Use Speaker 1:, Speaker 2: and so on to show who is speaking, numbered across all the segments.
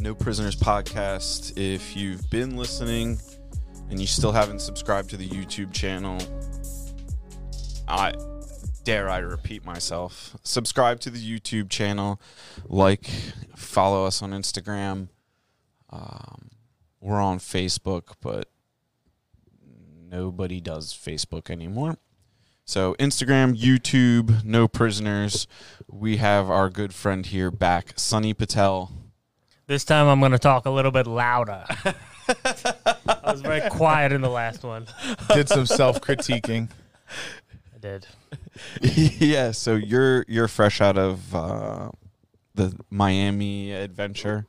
Speaker 1: No Prisoners podcast. If you've been listening and you still haven't subscribed to the YouTube channel, I dare I repeat myself. Subscribe to the YouTube channel, like, follow us on Instagram. Um, we're on Facebook, but nobody does Facebook anymore. So Instagram, YouTube, no prisoners. We have our good friend here back, Sunny Patel.
Speaker 2: This time I'm going to talk a little bit louder. I was very quiet in the last one.
Speaker 3: Did some self critiquing.
Speaker 2: I did.
Speaker 1: yeah, so you're you're fresh out of uh, the Miami adventure,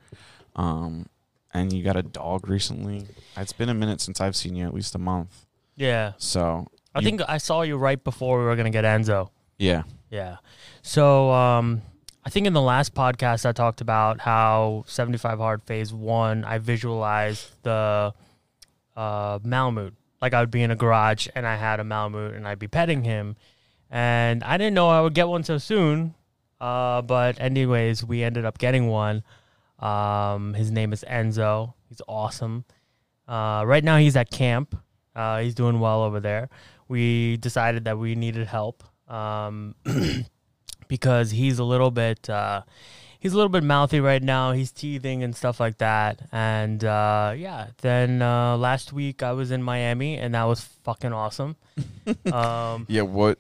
Speaker 1: um, and you got a dog recently. It's been a minute since I've seen you, at least a month.
Speaker 2: Yeah.
Speaker 1: So
Speaker 2: I
Speaker 1: you-
Speaker 2: think I saw you right before we were going to get Enzo.
Speaker 1: yeah,
Speaker 2: Yeah. So um, I think in the last podcast I talked about how 75 Hard Phase 1, I visualized the uh, Malamute. Like I would be in a garage and I had a Malamute and I'd be petting him. And I didn't know I would get one so soon. Uh, but anyways, we ended up getting one. Um, his name is Enzo. He's awesome. Uh, right now he's at camp. Uh, he's doing well over there. We decided that we needed help um, because he's a little bit uh, he's a little bit mouthy right now. He's teething and stuff like that. And uh, yeah, then uh, last week I was in Miami and that was fucking awesome. um,
Speaker 1: yeah. What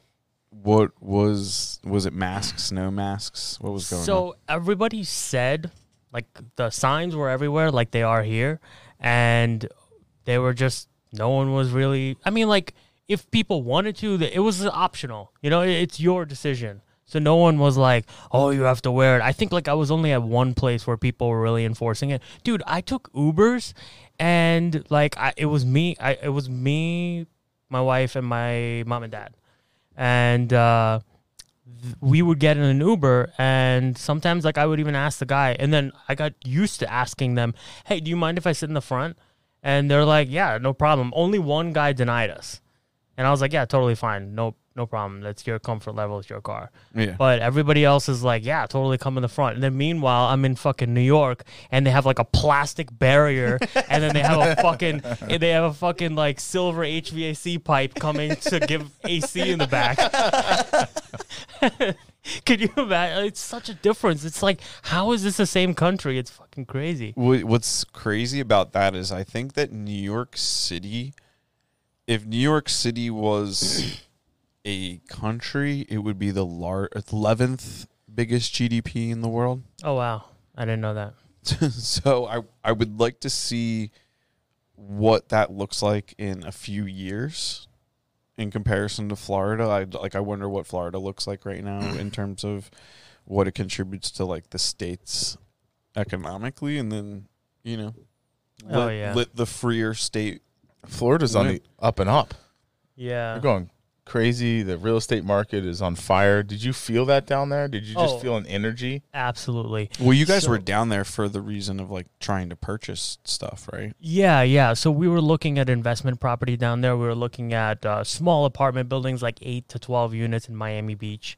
Speaker 1: what was was it? Masks? No masks? What was going on?
Speaker 2: so everybody said like the signs were everywhere, like they are here, and they were just no one was really. I mean, like if people wanted to, th- it was optional. You know, it- it's your decision. So no one was like, "Oh, you have to wear it." I think like I was only at one place where people were really enforcing it. Dude, I took Ubers, and like I, it was me. I it was me, my wife, and my mom and dad, and. uh we would get in an Uber, and sometimes like I would even ask the guy, and then I got used to asking them, "Hey, do you mind if I sit in the front?" And they're like, "Yeah, no problem." Only one guy denied us, and I was like, "Yeah, totally fine, no no problem. That's your comfort level, it's your car."
Speaker 1: Yeah.
Speaker 2: But everybody else is like, "Yeah, totally come in the front." And then meanwhile, I'm in fucking New York, and they have like a plastic barrier, and then they have a fucking and they have a fucking like silver HVAC pipe coming to give AC in the back. Can you imagine? It's such a difference. It's like, how is this the same country? It's fucking crazy.
Speaker 1: Wha- What's crazy about that is I think that New York City, if New York City was a country, it would be the lar- 11th biggest GDP in the world.
Speaker 2: Oh wow, I didn't know that.
Speaker 1: so I, I would like to see what that looks like in a few years in comparison to Florida. I like I wonder what Florida looks like right now in terms of what it contributes to like the states economically and then, you know,
Speaker 2: Oh, yeah.
Speaker 1: let the freer state
Speaker 3: Florida's on the up and up.
Speaker 2: Yeah.
Speaker 3: They're going crazy. The real estate market is on fire. Did you feel that down there? Did you just
Speaker 2: Oh.
Speaker 3: feel an energy?
Speaker 2: Absolutely.
Speaker 1: Well, you guys
Speaker 2: So-
Speaker 1: were down there for the reason of like trying to purchase stuff, right?
Speaker 2: Yeah, yeah. So we were looking at investment property down there. We were looking at uh, small apartment buildings, like eight to twelve units in Miami Beach,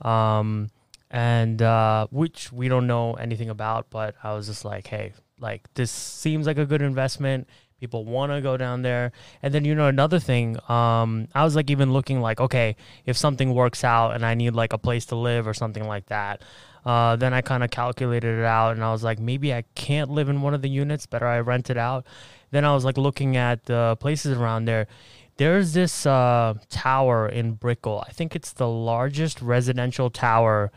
Speaker 2: um, and uh, which we don't know anything about. But I was just like, hey, like this seems like a good investment. People want to go down there, and then you know another thing. Um, I was like even looking like, okay, if something works out and I need like a place to live or something like that, uh, then I kind of calculated it out and I was like, maybe I can't live in one of the units. Better I rent it out. Then I was like looking at the places around there. There's this uh, tower in Brickell. I think it's the largest residential tower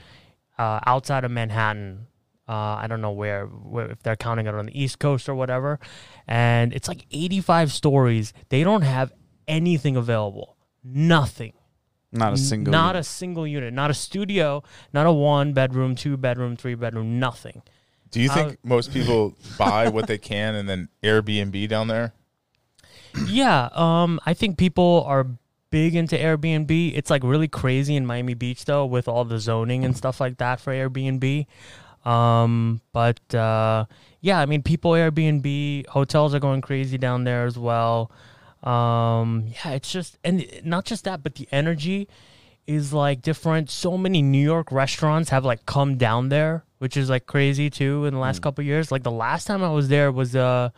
Speaker 2: uh, outside of Manhattan. Uh, I don't know where, where, if they're counting it on the East Coast or whatever. And it's like 85 stories. They don't have anything available. Nothing.
Speaker 1: Not a single
Speaker 2: Not a single unit. Not a studio. Not a one bedroom, two bedroom, three bedroom. Nothing.
Speaker 3: Do you
Speaker 2: I-
Speaker 3: think most people buy what they can and then Airbnb down there?
Speaker 2: yeah. Um. I think people are big into Airbnb. It's like really crazy in Miami Beach though, with all the zoning and stuff like that for Airbnb. Um. But uh, yeah, I mean, people Airbnb hotels are going crazy down there as well. Um. Yeah. It's just and not just that, but the energy is like different. So many New York restaurants have like come down there which is like crazy too in the last couple years. Like the last time I was there was uh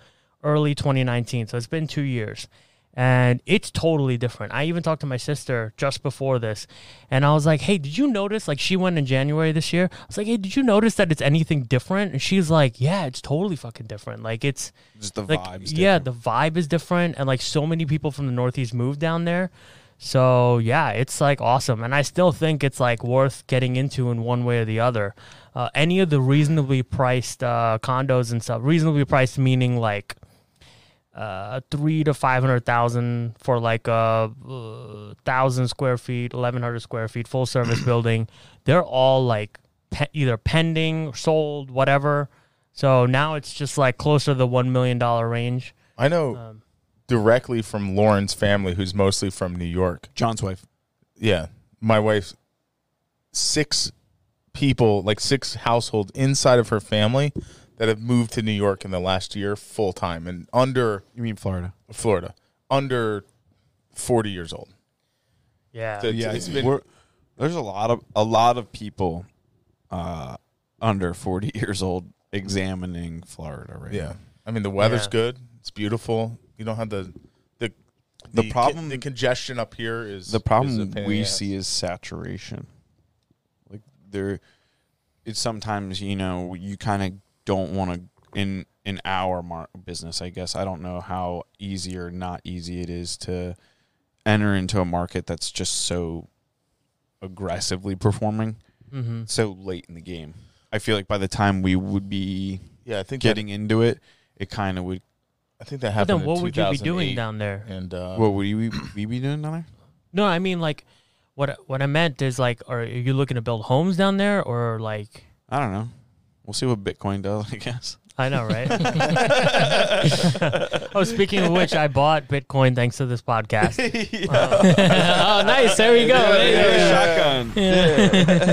Speaker 2: early 2019, so it's been 2 years. And it's totally different. I even talked to my sister just before this, and I was like, "Hey, did you notice?" Like, she went in January this year. I was like, "Hey, did you notice that it's anything different?" And she's like, "Yeah, it's totally fucking different. Like, it's
Speaker 1: Just the
Speaker 2: like,
Speaker 1: vibes.
Speaker 2: Yeah,
Speaker 1: different.
Speaker 2: the vibe is different, and like so many people from the Northeast moved down there. So yeah, it's like awesome, and I still think it's like worth getting into in one way or the other. Uh, any of the reasonably priced uh, condos and stuff, reasonably priced meaning like uh, three to five hundred thousand for like a uh, thousand square feet, eleven hundred square feet, full service building. They're all like pe- either pending, or sold, whatever. So now it's just like closer to the one million dollar range.
Speaker 3: I know directly from Lauren's family, who's mostly from New York.
Speaker 1: John's wife.
Speaker 3: Yeah, my wife's six people, like six households inside of her family that have moved to New York in the last year full time and under
Speaker 1: You mean Florida?
Speaker 3: Florida, under 40 years old.
Speaker 2: Uh, Yeah,
Speaker 3: So
Speaker 1: Yeah,
Speaker 3: it's been-
Speaker 1: we're- there's a lot of a lot of people uh, under 40 years old examining Florida right
Speaker 3: Yeah. I mean, the weather's
Speaker 2: Yeah.
Speaker 3: good. It's beautiful. You don't have the the
Speaker 1: The
Speaker 3: con-
Speaker 1: problem-
Speaker 3: the congestion up here is
Speaker 1: The
Speaker 3: is a
Speaker 1: problem
Speaker 3: pain in
Speaker 1: we
Speaker 3: the ass.
Speaker 1: see is saturation. Like there, it's sometimes you know you kind of don't want to in in our mar- business. I guess I don't know how easy or not easy it is to enter into a market that's just so aggressively performing
Speaker 3: Mm-hmm.
Speaker 2: hmm
Speaker 1: so late in the game. I feel like by the time we would be
Speaker 3: Yeah, I think
Speaker 1: getting into it, it kind of would.
Speaker 3: That, I think that
Speaker 2: But
Speaker 3: happened.
Speaker 2: then what
Speaker 3: in
Speaker 2: would you be doing
Speaker 3: 2008,
Speaker 2: down there?
Speaker 3: And uh,
Speaker 1: What would we, we be doing down there?
Speaker 2: No, I mean like, what what I meant is like, are you looking to build homes down there or like?
Speaker 1: I don't know. We'll see what Bitcoin does. I guess.
Speaker 2: I know, right? oh, speaking of which, I bought Bitcoin thanks to this podcast. Uh, oh, nice. There we go.
Speaker 3: Yeah,
Speaker 2: There you
Speaker 3: yeah,
Speaker 2: go.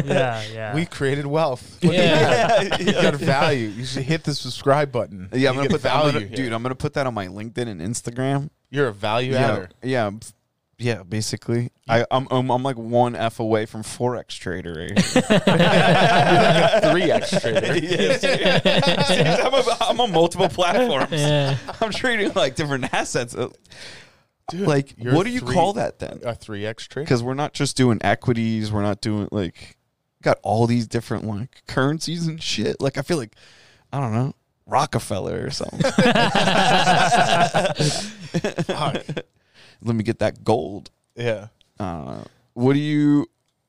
Speaker 3: yeah.
Speaker 2: yeah, yeah.
Speaker 3: we created wealth.
Speaker 2: Yeah.
Speaker 3: you got value. You should hit the subscribe button.
Speaker 1: Yeah, I'm
Speaker 3: You
Speaker 1: gonna
Speaker 3: get
Speaker 1: put that, I'm gonna-
Speaker 3: here.
Speaker 1: dude. I'm gonna put that on my LinkedIn and Instagram.
Speaker 3: You're a value
Speaker 1: yeah,
Speaker 3: adder.
Speaker 1: yeah, I'm f- yeah. Basically, I, I'm, I'm I'm like one f away from forex trader. Right?
Speaker 3: Three X trader.
Speaker 1: Yeah, dude. I'm, a, I'm on multiple platforms.
Speaker 2: Yeah.
Speaker 1: I'm trading like different assets. Uh,
Speaker 3: Dude,
Speaker 1: like,
Speaker 3: you're
Speaker 1: what do you
Speaker 3: three- Uh,
Speaker 1: call that then?
Speaker 3: A three X trader.
Speaker 1: Because we're not just doing equities. We're not doing like got all these different like currencies and shit. Like I feel like I don't know Rockefeller or something.
Speaker 3: Fuck.
Speaker 1: Let me get that gold.
Speaker 3: yeah.
Speaker 1: Uh, what do you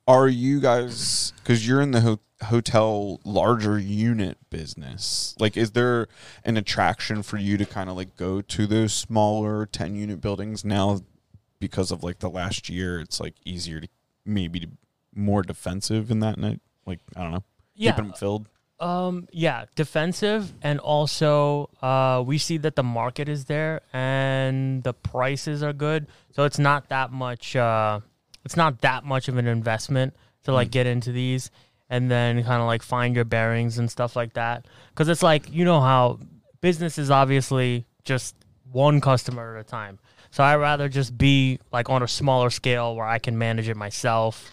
Speaker 1: are you guys because you're in the ho- hotel larger unit business like is there an attraction for you to kind of like go to those smaller 10 unit buildings now because of like the last year it's like easier to maybe to more defensive in that night like i don't know
Speaker 2: Yeah.
Speaker 1: keeping them filled
Speaker 2: Um, yeah, defensive, and also uh, we see that the market is there and the prices are good, so it's not that much. Uh, it's not that much of an investment to like get into these, and then kind of like find your bearings and stuff like that. Because it's like you know how business is obviously just one customer at a time. So I would rather just be like on a smaller scale where I can manage it myself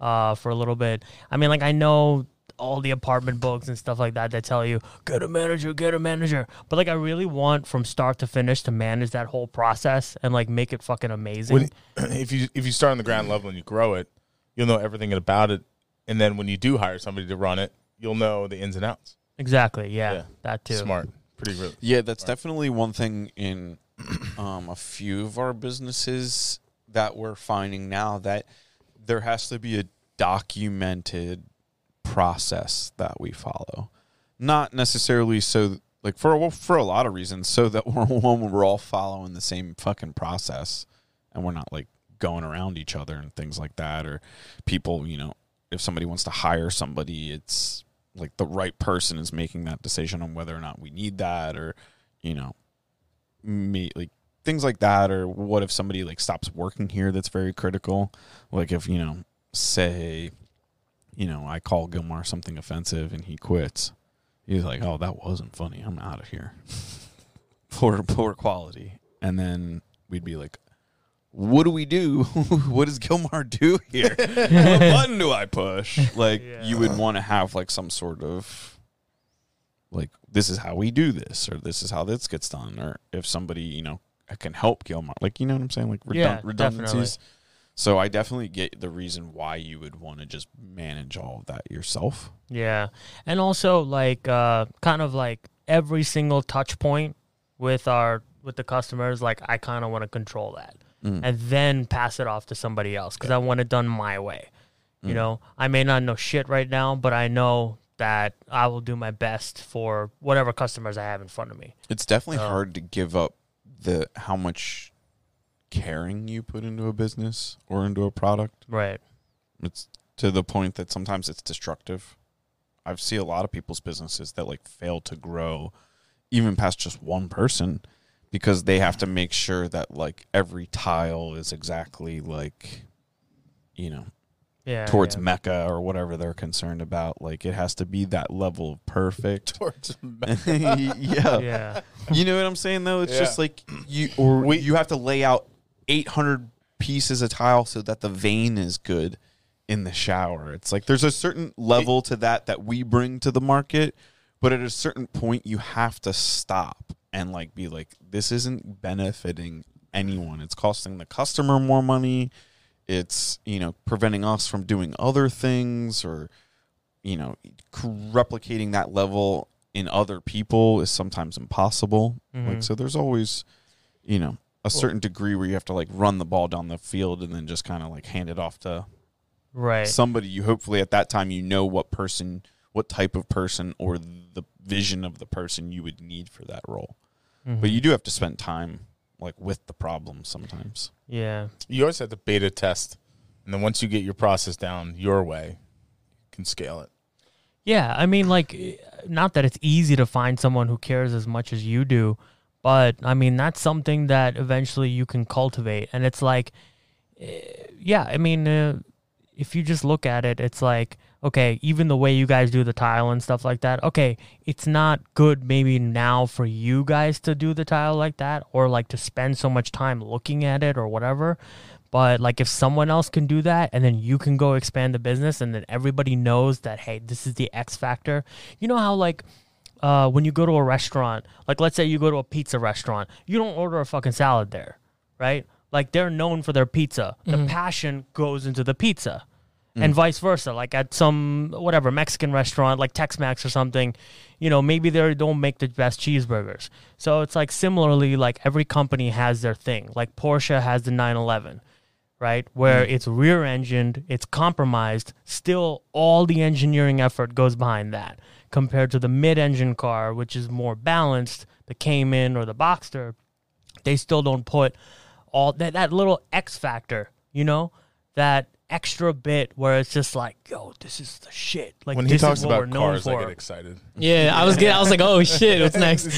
Speaker 2: uh, for a little bit. I mean, like I know all the apartment books and stuff like that that tell you get a manager, get a manager, but like I really want from start to finish to manage that whole process and like make it fucking amazing.
Speaker 3: When, if you if you start on the ground level and you grow it, you'll know everything about it. And then when you do hire somebody to run it, you'll know the ins and outs.
Speaker 2: exactly. Yeah,
Speaker 3: Yeah.
Speaker 2: that too.
Speaker 3: Smart. Pretty real.
Speaker 1: Yeah, that's definitely one thing in um, a few of our businesses that we're finding now that there has to be a documented process that we follow. Not necessarily so like for a, for a lot of reasons so that we're one we're all following the same fucking process and we're not like going around each other and things like that or people, you know, if somebody wants to hire somebody, it's like the right person is making that decision on whether or not we need that or you know me like things like that or what if somebody like stops working here that's very critical like if you know say you know i call gilmar something offensive and he quits he's like oh that wasn't funny i'm out of here poor poor quality and then we'd be like what do we do? what does Gilmar do here? what button do I push? Like
Speaker 2: Yeah.
Speaker 1: you would want to have like some sort of like this is how we do this or this is how this gets done or if somebody, you know, can help Gilmar. Like you know what I'm saying? Like redun-
Speaker 2: Yeah,
Speaker 1: redundancies.
Speaker 2: definitely.
Speaker 1: So I definitely get the reason why you would want to just manage all of that yourself.
Speaker 2: Yeah. And also like uh kind of like every single touch point with our with the customers like I kind of want to control that and then pass it off to somebody else cuz I want it done my way. You know, I may not know shit right now, but I know that I will do my best for whatever customers I have in front of me.
Speaker 1: It's definitely hard to give up the how much caring you put into a business or into a product.
Speaker 2: Right.
Speaker 1: It's to the point that sometimes it's destructive. I've seen a lot of people's businesses that like fail to grow even past just one person because they have to make sure that like every tile is exactly like you know
Speaker 2: Yeah.
Speaker 1: towards
Speaker 2: yeah.
Speaker 1: mecca or whatever they're concerned about like it has to be that level of perfect
Speaker 3: Towards
Speaker 1: yeah
Speaker 2: Yeah.
Speaker 1: you know what I'm saying though? It's
Speaker 3: Yeah.
Speaker 1: just like you or you have to lay out 800 pieces of tile so that the vein is good in the shower. It's like there's a certain level to that that we bring to the market, but at a certain point you have to stop and like be like this isn't benefiting anyone. It's costing the customer more money. It's, you know, preventing us from doing other things or you know, c- replicating that level in other people is sometimes impossible. Like, so there's always, you know, a certain degree where you have to like run the ball down the field and then just kind of like hand it off to
Speaker 2: Right.
Speaker 1: somebody you hopefully at that time you know what person, what type of person, or the vision of the person you would need for that role. But you do have to spend time like with the problem sometimes.
Speaker 2: yeah.
Speaker 3: You always have to beta test, and then once you get your process down your way, you can scale it.
Speaker 2: Yeah, I mean, like, eh, not that it's easy to find someone who cares as much as you do, but I mean, that's something that eventually you can cultivate. And it's like, eh, yeah, I mean, uh, if you just look at it, it's like, okay, even the way you guys do the tile and stuff like that, okay, it's not good maybe now for you guys to do the tile like that or like to spend so much time looking at it or whatever. But like if someone else can do that and then you can go expand the business and then everybody knows that, hey, this is the X factor. You know how like, uh, when you go to a restaurant, like let's say you go to a pizza restaurant, you don't order a fucking salad there, right? Like they're known for their pizza. The passion goes into the pizza, and vice versa. Like at some whatever Mexican restaurant, like Tex Mex or something, you know, maybe they don't make the best cheeseburgers. So it's like similarly, like every company has their thing. Like Porsche has the 911 right? Where
Speaker 3: Mm.
Speaker 2: it's rear engined, it's compromised, still all the engineering effort goes behind that compared to the mid engine car, which is more balanced, the Cayman or the Boxster. They still don't put all that, that little X factor, you know, that extra bit where it's just like, yo, this is the shit. Like,
Speaker 3: When he
Speaker 2: this
Speaker 3: talks
Speaker 2: is what we're
Speaker 3: about
Speaker 2: known
Speaker 3: cars, I
Speaker 2: for.
Speaker 3: get excited.
Speaker 4: Yeah, I was getting, I was like, oh shit, what's next?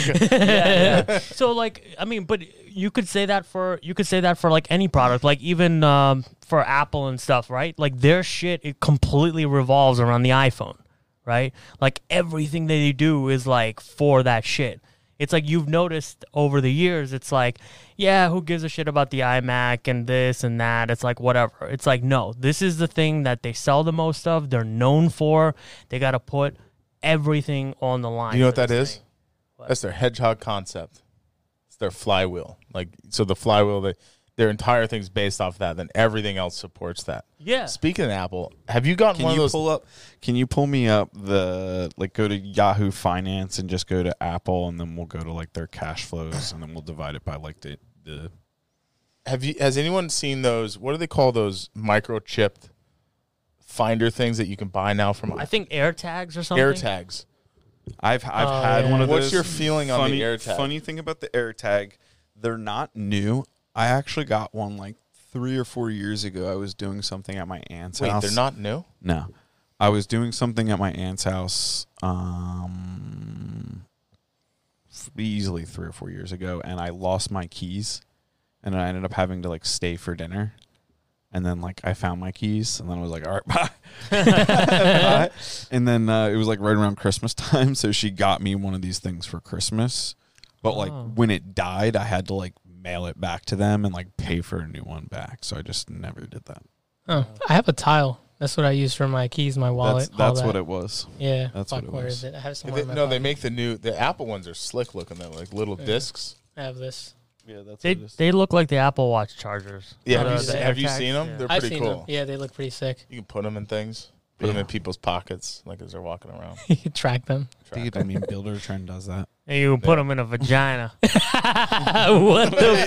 Speaker 2: so like i mean but you could say that for you could say that for like any product like even um, for apple and stuff right like their shit it completely revolves around the iphone right like everything that they do is like for that shit it's like you've noticed over the years it's like yeah who gives a shit about the imac and this and that it's like whatever it's like no this is the thing that they sell the most of they're known for they got to put everything on the line
Speaker 3: You know what
Speaker 2: for
Speaker 3: that
Speaker 2: this
Speaker 3: is?
Speaker 2: thing.
Speaker 3: That's their hedgehog concept. It's their flywheel. Like so, the flywheel. They, their entire thing's based off that. Then everything else supports that.
Speaker 2: yeah
Speaker 3: Speaking of Apple, have you gotten
Speaker 1: Can
Speaker 3: one
Speaker 1: you
Speaker 3: of those?
Speaker 1: pull up? Can you pull me up the like? Go to Yahoo Finance and just go to Apple, and then we'll go to like their cash flows, and then we'll divide it by like the the.
Speaker 3: Have you? Has anyone seen those? What do they call those microchipped finder things that you can buy now from
Speaker 2: I think air tags or something.
Speaker 3: air tags?
Speaker 1: I've I've had one of
Speaker 3: What's
Speaker 1: those.
Speaker 3: your feeling on the
Speaker 1: funny,
Speaker 3: AirTag?
Speaker 1: Funny thing about the AirTag, they're not new. I actually got one like three or four years ago. I was doing something at my aunt's
Speaker 3: Wait,
Speaker 1: house.
Speaker 3: they're not new.
Speaker 1: No. I was doing something at my aunt's house um, f- easily three or four years ago, and I lost my keys, and I ended up having to like stay for dinner, and then like I found my keys, and then I was like, all right, bye. Bye. And then uh, it was like right around Christmas time, so she got me one of these things for Christmas, but like
Speaker 2: Oh.
Speaker 1: when it died, I had to like mail it back to them and like pay for a new one back. So I just never did that.
Speaker 4: Oh, I have a tile. That's what I use for my keys, my wallet.
Speaker 1: that's
Speaker 4: all
Speaker 1: that's
Speaker 4: that.
Speaker 1: what it was.
Speaker 4: Yeah.
Speaker 1: that's
Speaker 4: Fuck,
Speaker 1: what it
Speaker 4: where
Speaker 1: was.
Speaker 4: is it? I have somewhere.
Speaker 3: They-
Speaker 4: in my
Speaker 3: no, they
Speaker 4: pocket.
Speaker 3: make the new the Apple ones are slick looking. They're like little
Speaker 4: Yeah.
Speaker 3: discs.
Speaker 4: I have this.
Speaker 1: Yeah, that's
Speaker 2: They they look like the Apple Watch chargers.
Speaker 3: Yeah,
Speaker 4: Oh,
Speaker 3: have,
Speaker 4: those
Speaker 3: you, have you
Speaker 2: AirTags?
Speaker 3: seen them?
Speaker 2: Yeah.
Speaker 3: They're
Speaker 4: I've
Speaker 3: pretty
Speaker 4: seen
Speaker 3: cool.
Speaker 4: them. Yeah, they look pretty sick.
Speaker 3: You can put them in things. Put them in people's pockets, like as they're walking around.
Speaker 4: You can track them.
Speaker 3: Track
Speaker 1: Dude, I mean, Builder Trend does that.
Speaker 2: And you put them in a vagina. Uh,
Speaker 4: what the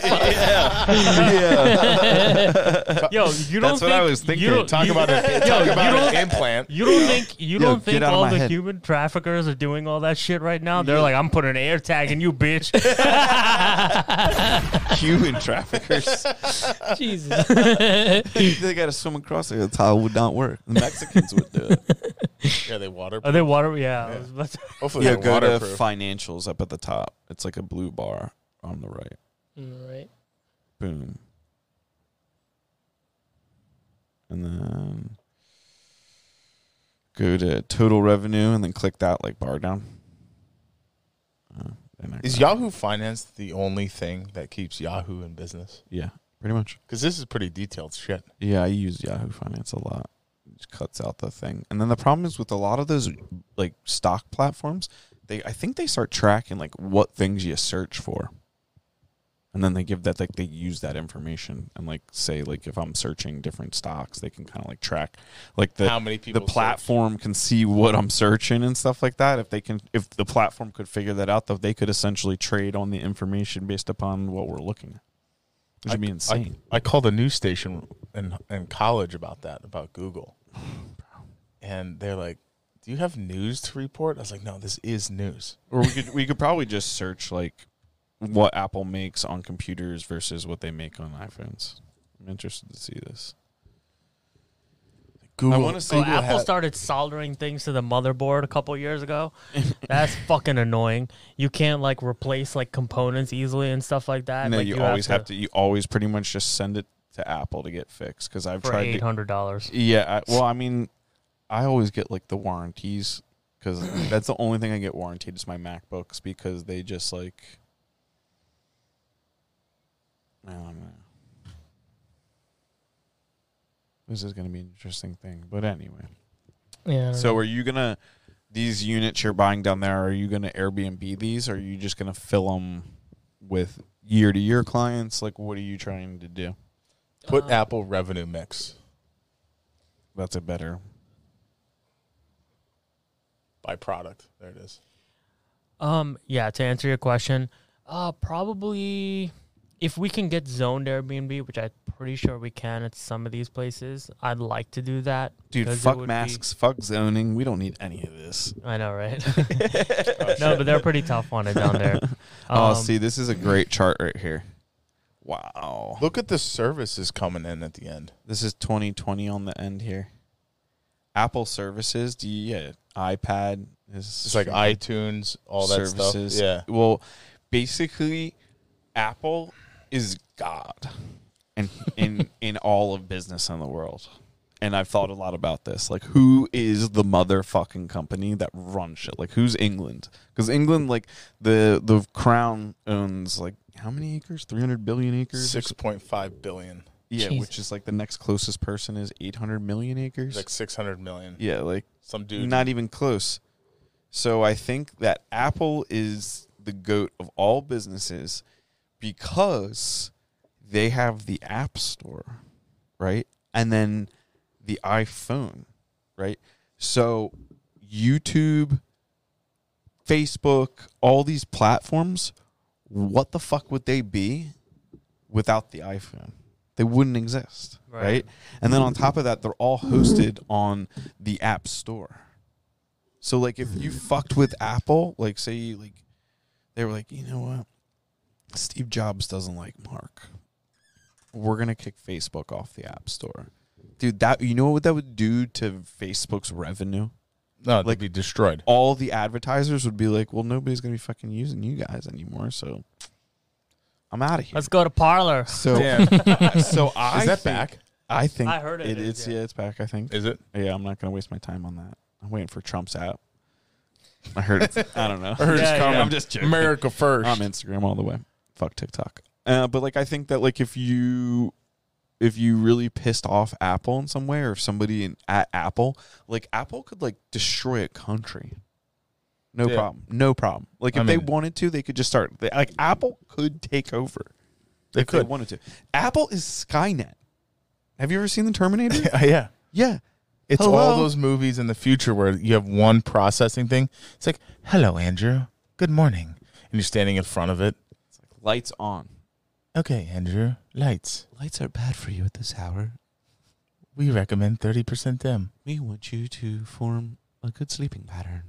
Speaker 4: fuck?
Speaker 2: Yo, you don't
Speaker 1: That's
Speaker 2: think,
Speaker 1: what I was
Speaker 2: You
Speaker 1: thinking.
Speaker 2: don't,
Speaker 3: Talk
Speaker 2: you,
Speaker 3: about it.
Speaker 2: Yo,
Speaker 3: Talk
Speaker 2: you
Speaker 3: about
Speaker 2: don't-
Speaker 3: an implant.
Speaker 2: You don't think you
Speaker 1: Yo,
Speaker 2: don't
Speaker 1: get
Speaker 2: think
Speaker 1: out of
Speaker 2: all
Speaker 1: my
Speaker 2: the
Speaker 1: head.
Speaker 2: human traffickers are doing all that shit right now? They're like, I'm putting an air tag in you, bitch.
Speaker 1: Human traffickers.
Speaker 4: Jesus.
Speaker 1: they got to swim across there. The tile would not work. The Mexicans would do it.
Speaker 3: Yeah, they water.
Speaker 2: are they water? Yeah. I was about to-
Speaker 3: Hopefully
Speaker 1: Yeah,
Speaker 3: they're
Speaker 1: go to
Speaker 3: waterproof.
Speaker 1: financials up at the top. It's like a blue bar on the right.
Speaker 4: Mm, right.
Speaker 1: Boom. And then go to total revenue and then click that like bar down. Uh, and I
Speaker 3: Is
Speaker 1: got-
Speaker 3: Yahoo Finance the only thing that keeps Yahoo in business?
Speaker 1: Yeah, pretty much.
Speaker 3: Because this is pretty detailed shit.
Speaker 1: Yeah, I use Yahoo Finance a lot. It just cuts out the thing. And then the problem is with a lot of those like stock platforms, they I think they start tracking like what things you search for. And then they give that like they use that information and like say like if I'm searching different stocks, they can kind of like track like the
Speaker 3: How many people?
Speaker 1: the
Speaker 3: search?
Speaker 1: platform can see what I'm searching and stuff like that. If they can, if the platform could figure that out, though, they could essentially trade on the information based upon what we're looking at. Which would be
Speaker 3: I,
Speaker 1: insane.
Speaker 3: I called a news station in in college about that about Google, and they're like, "Do you have news to report?" I was like, "No, this is news."
Speaker 1: or we could we could probably just search like what Apple makes on computers versus what they make on iPhones. I'm interested to see this.
Speaker 3: Google.
Speaker 1: wanna say-
Speaker 2: So
Speaker 1: Google
Speaker 2: Apple
Speaker 1: had-
Speaker 2: started soldering things to the motherboard a couple years ago. That's fucking annoying. You can't like replace like components easily and stuff like that.
Speaker 1: And then
Speaker 2: like,
Speaker 1: you, always have to, you always pretty much just send it to Apple to get fixed because I've
Speaker 2: for
Speaker 1: tried
Speaker 2: eight
Speaker 1: to
Speaker 2: hundred dollars.
Speaker 1: Yeah. I, well, I mean, I always get like the warranties because that's the only thing I get warranted is my MacBooks because they just like. I don't know. This is going to be an interesting thing. But anyway.
Speaker 4: Yeah. I
Speaker 1: So are you going to. These units you're buying down there, are you going to Airbnb these? Or are you just going to fill them with year to year clients? Like, what are you trying to do?
Speaker 3: Put
Speaker 4: Uh,
Speaker 3: Apple revenue mix
Speaker 1: That's a better.
Speaker 3: by product. There it is.
Speaker 2: Um, yeah, to answer your question, uh, probably if we can get zoned Airbnb, which I'm pretty sure we can at some of these places, I'd like to do that.
Speaker 1: Dude,
Speaker 2: because it
Speaker 1: fuck
Speaker 2: would be-
Speaker 1: masks, fuck zoning. We don't need any of this.
Speaker 2: I know, right? no, but they're pretty tough on it down there.
Speaker 1: oh,
Speaker 2: Um,
Speaker 1: see, this is a great chart right here. Wow.
Speaker 3: Look at the services coming in at the end.
Speaker 1: This is 2020 on the end here. Apple services, do you, yeah, iPad is
Speaker 3: It's like iTunes, all that
Speaker 1: services.
Speaker 3: stuff.
Speaker 1: Yeah. Well, basically, Apple is God in in in all of business in the world. And I've thought a lot about this. Like, who is the motherfucking company that runs shit? Like, who's England? Because England, like the the crown owns like how many acres? Three hundred billion
Speaker 3: Yeah.
Speaker 1: acres.
Speaker 3: Six point five billion.
Speaker 1: Yeah, which
Speaker 4: Jesus.
Speaker 1: is like the next closest person is eight hundred million acres.
Speaker 3: It's like six hundred million.
Speaker 1: yeah, like
Speaker 3: Some dude.
Speaker 1: not even close. So I think that Apple is the goat of all businesses because they have the App Store, right? And then the iPhone, right? So YouTube, Facebook, all these platforms, what the fuck would they be without the iPhone? They wouldn't exist,
Speaker 2: Right.
Speaker 1: right? And then on top of that, they're all hosted on the App Store. So like if you fucked with Apple, like say you like they were like, you know what? Steve Jobs doesn't like Mark. We're gonna kick Facebook off the App Store. Dude, that you know what that would do to Facebook's revenue?
Speaker 3: no, they'd
Speaker 1: like-
Speaker 3: be destroyed.
Speaker 1: All the advertisers would be like, Well, nobody's gonna be fucking using you guys anymore, so I'm out of here.
Speaker 2: let's go to Parlor.
Speaker 1: so
Speaker 3: Damn.
Speaker 1: so I
Speaker 3: is that
Speaker 1: think-
Speaker 3: back?
Speaker 1: I think
Speaker 2: I heard it is,
Speaker 1: it's
Speaker 2: yeah.
Speaker 1: yeah, it's back, I think.
Speaker 3: Is it?
Speaker 1: Yeah, I'm not gonna waste my time on that. I'm waiting for Trump's app. I heard. It's, I don't know.
Speaker 3: I heard
Speaker 2: Yeah,
Speaker 3: it's
Speaker 2: yeah.
Speaker 3: coming.
Speaker 1: I'm just joking.
Speaker 3: America 1st
Speaker 1: I'm Instagram all the way. Fuck TikTok. Uh, but like I think that like if you if you really pissed off Apple in some way, or if somebody in, at Apple, like Apple could like destroy a country. No
Speaker 3: Yeah.
Speaker 1: problem. No problem. Like if
Speaker 3: I
Speaker 1: they
Speaker 3: mean-
Speaker 1: wanted to, they could just start. They, like Apple could take over.
Speaker 3: They
Speaker 1: if They
Speaker 3: could.
Speaker 1: wanted to. Apple is Skynet. Have you ever seen the Terminator?
Speaker 3: yeah.
Speaker 1: yeah.
Speaker 3: It's all
Speaker 1: Hello?
Speaker 3: those movies in the future where you have one processing thing. It's like, hello, Andrew. Good morning. And you're standing in front of it.
Speaker 1: It's like lights on.
Speaker 3: Okay, Andrew. Lights.
Speaker 1: Lights are bad for you at this hour.
Speaker 3: We recommend 30% dim.
Speaker 1: We want you to form a good sleeping pattern,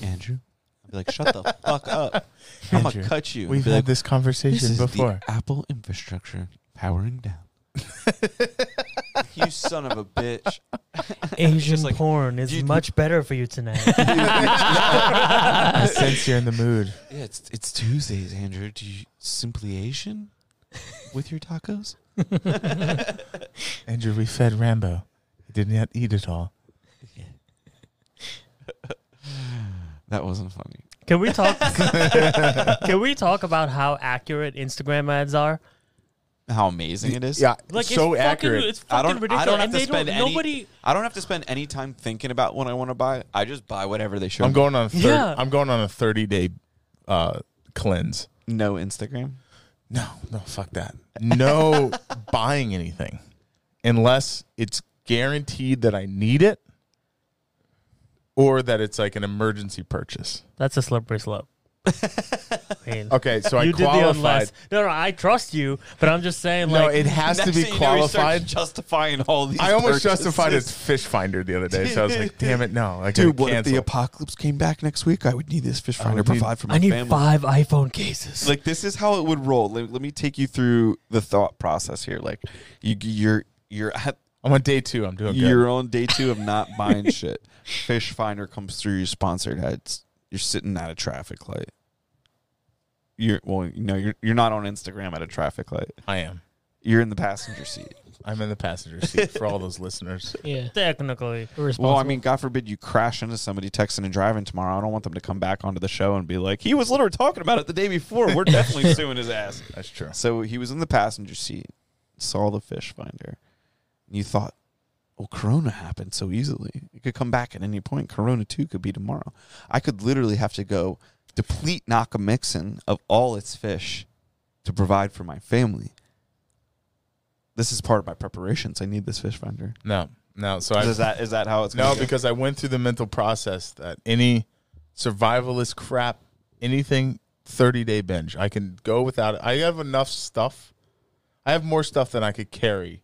Speaker 1: Andrew. I'd be like, shut the fuck up. I'm
Speaker 3: Andrew,
Speaker 1: gonna cut you.
Speaker 3: We've
Speaker 1: Be
Speaker 3: had
Speaker 1: like,
Speaker 3: this conversation
Speaker 1: This is
Speaker 3: before.
Speaker 1: The Apple infrastructure powering down. you son of a bitch.
Speaker 2: Asian
Speaker 1: like,
Speaker 2: porn is
Speaker 1: you-
Speaker 2: much better for you tonight.
Speaker 3: I sense you're in the mood.
Speaker 1: Yeah, it's it's Tuesdays, Andrew. Do you simply Asian with your tacos?
Speaker 3: Andrew, we fed Rambo. He did not eat it all.
Speaker 1: That wasn't funny.
Speaker 2: Can we talk? can we talk about how accurate Instagram ads are?
Speaker 1: How amazing it is.
Speaker 2: Like
Speaker 3: so
Speaker 2: it's
Speaker 3: accurate.
Speaker 2: Fucking, it's fucking
Speaker 1: I don't.
Speaker 2: ridiculous.
Speaker 1: I don't have
Speaker 2: and
Speaker 1: to
Speaker 2: they
Speaker 1: spend
Speaker 2: don't,
Speaker 1: any.
Speaker 2: nobody.
Speaker 1: I don't have to spend any time thinking about what I want to buy. I just buy whatever they show.
Speaker 3: I'm
Speaker 1: me.
Speaker 3: going on a third,
Speaker 2: Yeah.
Speaker 3: I'm going on a 30 day uh, cleanse.
Speaker 1: No Instagram.
Speaker 3: No, no, fuck that. No buying anything unless it's guaranteed that I need it or that it's like an emergency purchase.
Speaker 2: That's a slippery slope. I mean,
Speaker 3: Okay, so I
Speaker 2: you did the
Speaker 3: qualified.
Speaker 2: unless. No, no, I trust you, but I'm just saying,
Speaker 3: No,
Speaker 2: like,
Speaker 3: it has to
Speaker 1: Next
Speaker 3: be
Speaker 1: thing you know, he starts
Speaker 3: qualified.
Speaker 1: justifying all these.
Speaker 3: I almost
Speaker 1: purchases.
Speaker 3: justified as fish finder the other day, so I was like, damn it, no. I
Speaker 1: Dude,
Speaker 3: Dude,
Speaker 1: what if
Speaker 3: cancel.
Speaker 1: the apocalypse came back next week? I would need this fish finder
Speaker 3: would need-
Speaker 1: provide for my
Speaker 2: I need
Speaker 1: family.
Speaker 2: five iPhone cases.
Speaker 1: Like this is how it would roll. Let, let me take you through the thought process here. Like you, you're you're at
Speaker 3: I'm on day two. I'm doing good.
Speaker 1: you're on day two of not buying shit. Fish finder comes through your sponsored ads. You're sitting at a traffic light. You're well, you know, you're you're not on Instagram at a traffic light.
Speaker 3: I am.
Speaker 1: You're in the passenger seat.
Speaker 3: I'm in the passenger seat for all those listeners.
Speaker 4: Yeah.
Speaker 2: Technically,
Speaker 4: We're responsible.
Speaker 1: Well, I mean, God forbid you crash into somebody texting and driving tomorrow. I don't want them to come back onto the show and be like, he was literally talking about it the day before. We're definitely suing his ass.
Speaker 3: That's true.
Speaker 1: So he was in the passenger seat, saw the fish finder, and you thought, well, Corona happened so easily. It could come back at any point. Corona 2 could be tomorrow. I could literally have to go deplete Nakamixin of all its fish to provide for my family. This is part of my preparations. I need this fish finder.
Speaker 3: No, no. So I,
Speaker 1: is that is that how it's
Speaker 3: No,
Speaker 1: gonna go?
Speaker 3: because I went through the mental process that any survivalist crap, anything 30 day binge, I can go without it. I have enough stuff. I have more stuff than I could carry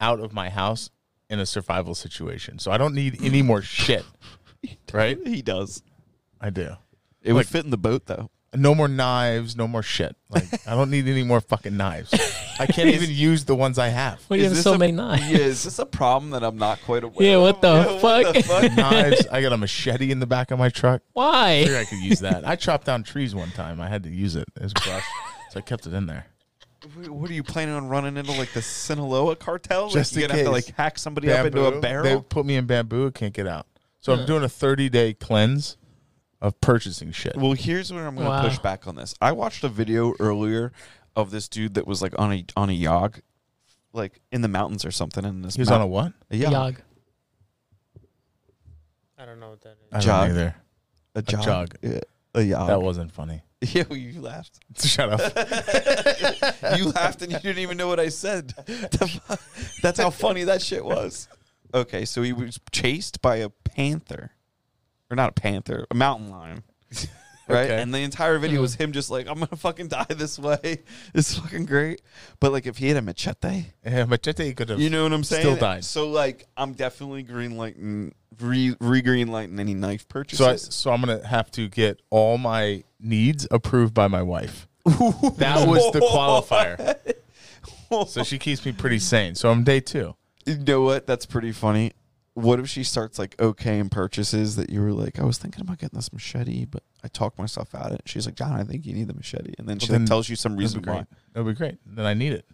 Speaker 3: out of my house in a survival situation. So I don't need any more shit. Right?
Speaker 1: he does.
Speaker 3: I do.
Speaker 1: It
Speaker 3: Like-
Speaker 1: would fit in the boat though.
Speaker 3: No more knives, no more shit. Like I don't need any more fucking knives. I can't even use the ones I have.
Speaker 4: what do you
Speaker 1: Is
Speaker 4: have
Speaker 1: this
Speaker 4: so
Speaker 1: a-
Speaker 4: many knives?
Speaker 1: Yeah, is this a problem that I'm not quite aware?
Speaker 4: Yeah,
Speaker 1: of?
Speaker 4: what the
Speaker 1: What the fuck?
Speaker 3: knives, I got a machete in the back of my truck.
Speaker 4: Why?
Speaker 3: figured I could use that. I chopped down trees one time. I had to use it as brush, so I kept it in there.
Speaker 1: Wait, What are you planning on running into like the Sinaloa cartel? Like,
Speaker 3: Just
Speaker 1: you're
Speaker 3: in
Speaker 1: gonna have to
Speaker 3: case.
Speaker 1: like hack somebody up into a
Speaker 3: They
Speaker 1: barrel.
Speaker 3: put me in bamboo. I can't get out. So I'm doing a 30 day cleanse of purchasing shit.
Speaker 1: well, here's where I'm gonna
Speaker 4: Wow.
Speaker 1: push back on this. I watched a video earlier of this dude that was like on a on a yog, like in the mountains or something. And this
Speaker 3: He was on a what?
Speaker 1: a yog,
Speaker 4: Yog.
Speaker 2: I don't know what that is.
Speaker 3: I don't
Speaker 1: Jog.
Speaker 3: either.
Speaker 1: a jog,
Speaker 3: jog.
Speaker 1: Yeah, a yog.
Speaker 3: That wasn't funny.
Speaker 1: yeah, well, you laughed.
Speaker 3: Shut up.
Speaker 1: you laughed and you didn't even know what I said. The fu- That's how funny that shit was. Okay, so he was chased by a panther, or not a panther, a mountain lion. Right,
Speaker 3: Okay.
Speaker 1: and the entire video was him just like, "I'm gonna fucking die this way." It's fucking great, but like if he had a machete,
Speaker 3: Yeah, machete could have.
Speaker 1: you know what I'm saying?
Speaker 3: Still died.
Speaker 1: So like, I'm definitely green lighting, re green lighting any knife
Speaker 3: so, I,
Speaker 1: purchases.
Speaker 3: so I'm gonna have to get all my needs approved by my wife. That was the qualifier. So she keeps me pretty sane. So I'm day two.
Speaker 1: You know what? That's pretty funny. What if she starts like okay and purchases that you were like, I was thinking about getting this machete, but I talked myself out of it. She's like, John, I think you need the machete, and then she
Speaker 3: then
Speaker 1: like, tells you some
Speaker 3: That'd be
Speaker 1: reason why.
Speaker 3: great. That'd be great. Then I need it.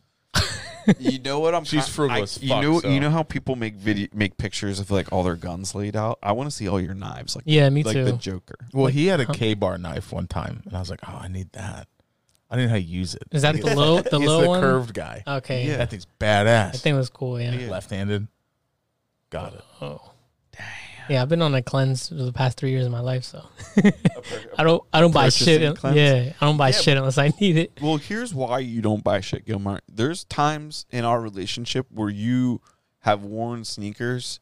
Speaker 1: you know what I'm?
Speaker 3: She's
Speaker 1: ki-
Speaker 3: frugal
Speaker 1: I-
Speaker 3: as
Speaker 1: You
Speaker 3: fuck,
Speaker 1: know,
Speaker 3: so-
Speaker 1: you know how people make video, make pictures of like all their guns laid out. I want to see all your knives, like
Speaker 4: Yeah, me
Speaker 1: like
Speaker 4: too.
Speaker 1: the Joker.
Speaker 3: Well, he had a K bar knife one time, and I was like, oh, I need that. I don't know how to use it.
Speaker 4: Is that the low the
Speaker 3: He's
Speaker 4: low
Speaker 3: the
Speaker 4: one?
Speaker 3: curved guy.
Speaker 4: Okay.
Speaker 1: Yeah.
Speaker 3: That thing's badass.
Speaker 4: That thing was cool, yeah.
Speaker 1: Yeah.
Speaker 3: Left-handed. Got it.
Speaker 4: Oh. Yeah, I've been on a cleanse for the past three years of my life, so I
Speaker 1: Okay.
Speaker 4: don't I don't buy
Speaker 1: Purchasing
Speaker 4: shit. un-
Speaker 1: cleanse?
Speaker 4: Yeah, I don't buy
Speaker 1: Yeah,
Speaker 4: shit unless I need it.
Speaker 1: Well, here's why you don't buy shit, Gilmar. There's times in our relationship where you have worn sneakers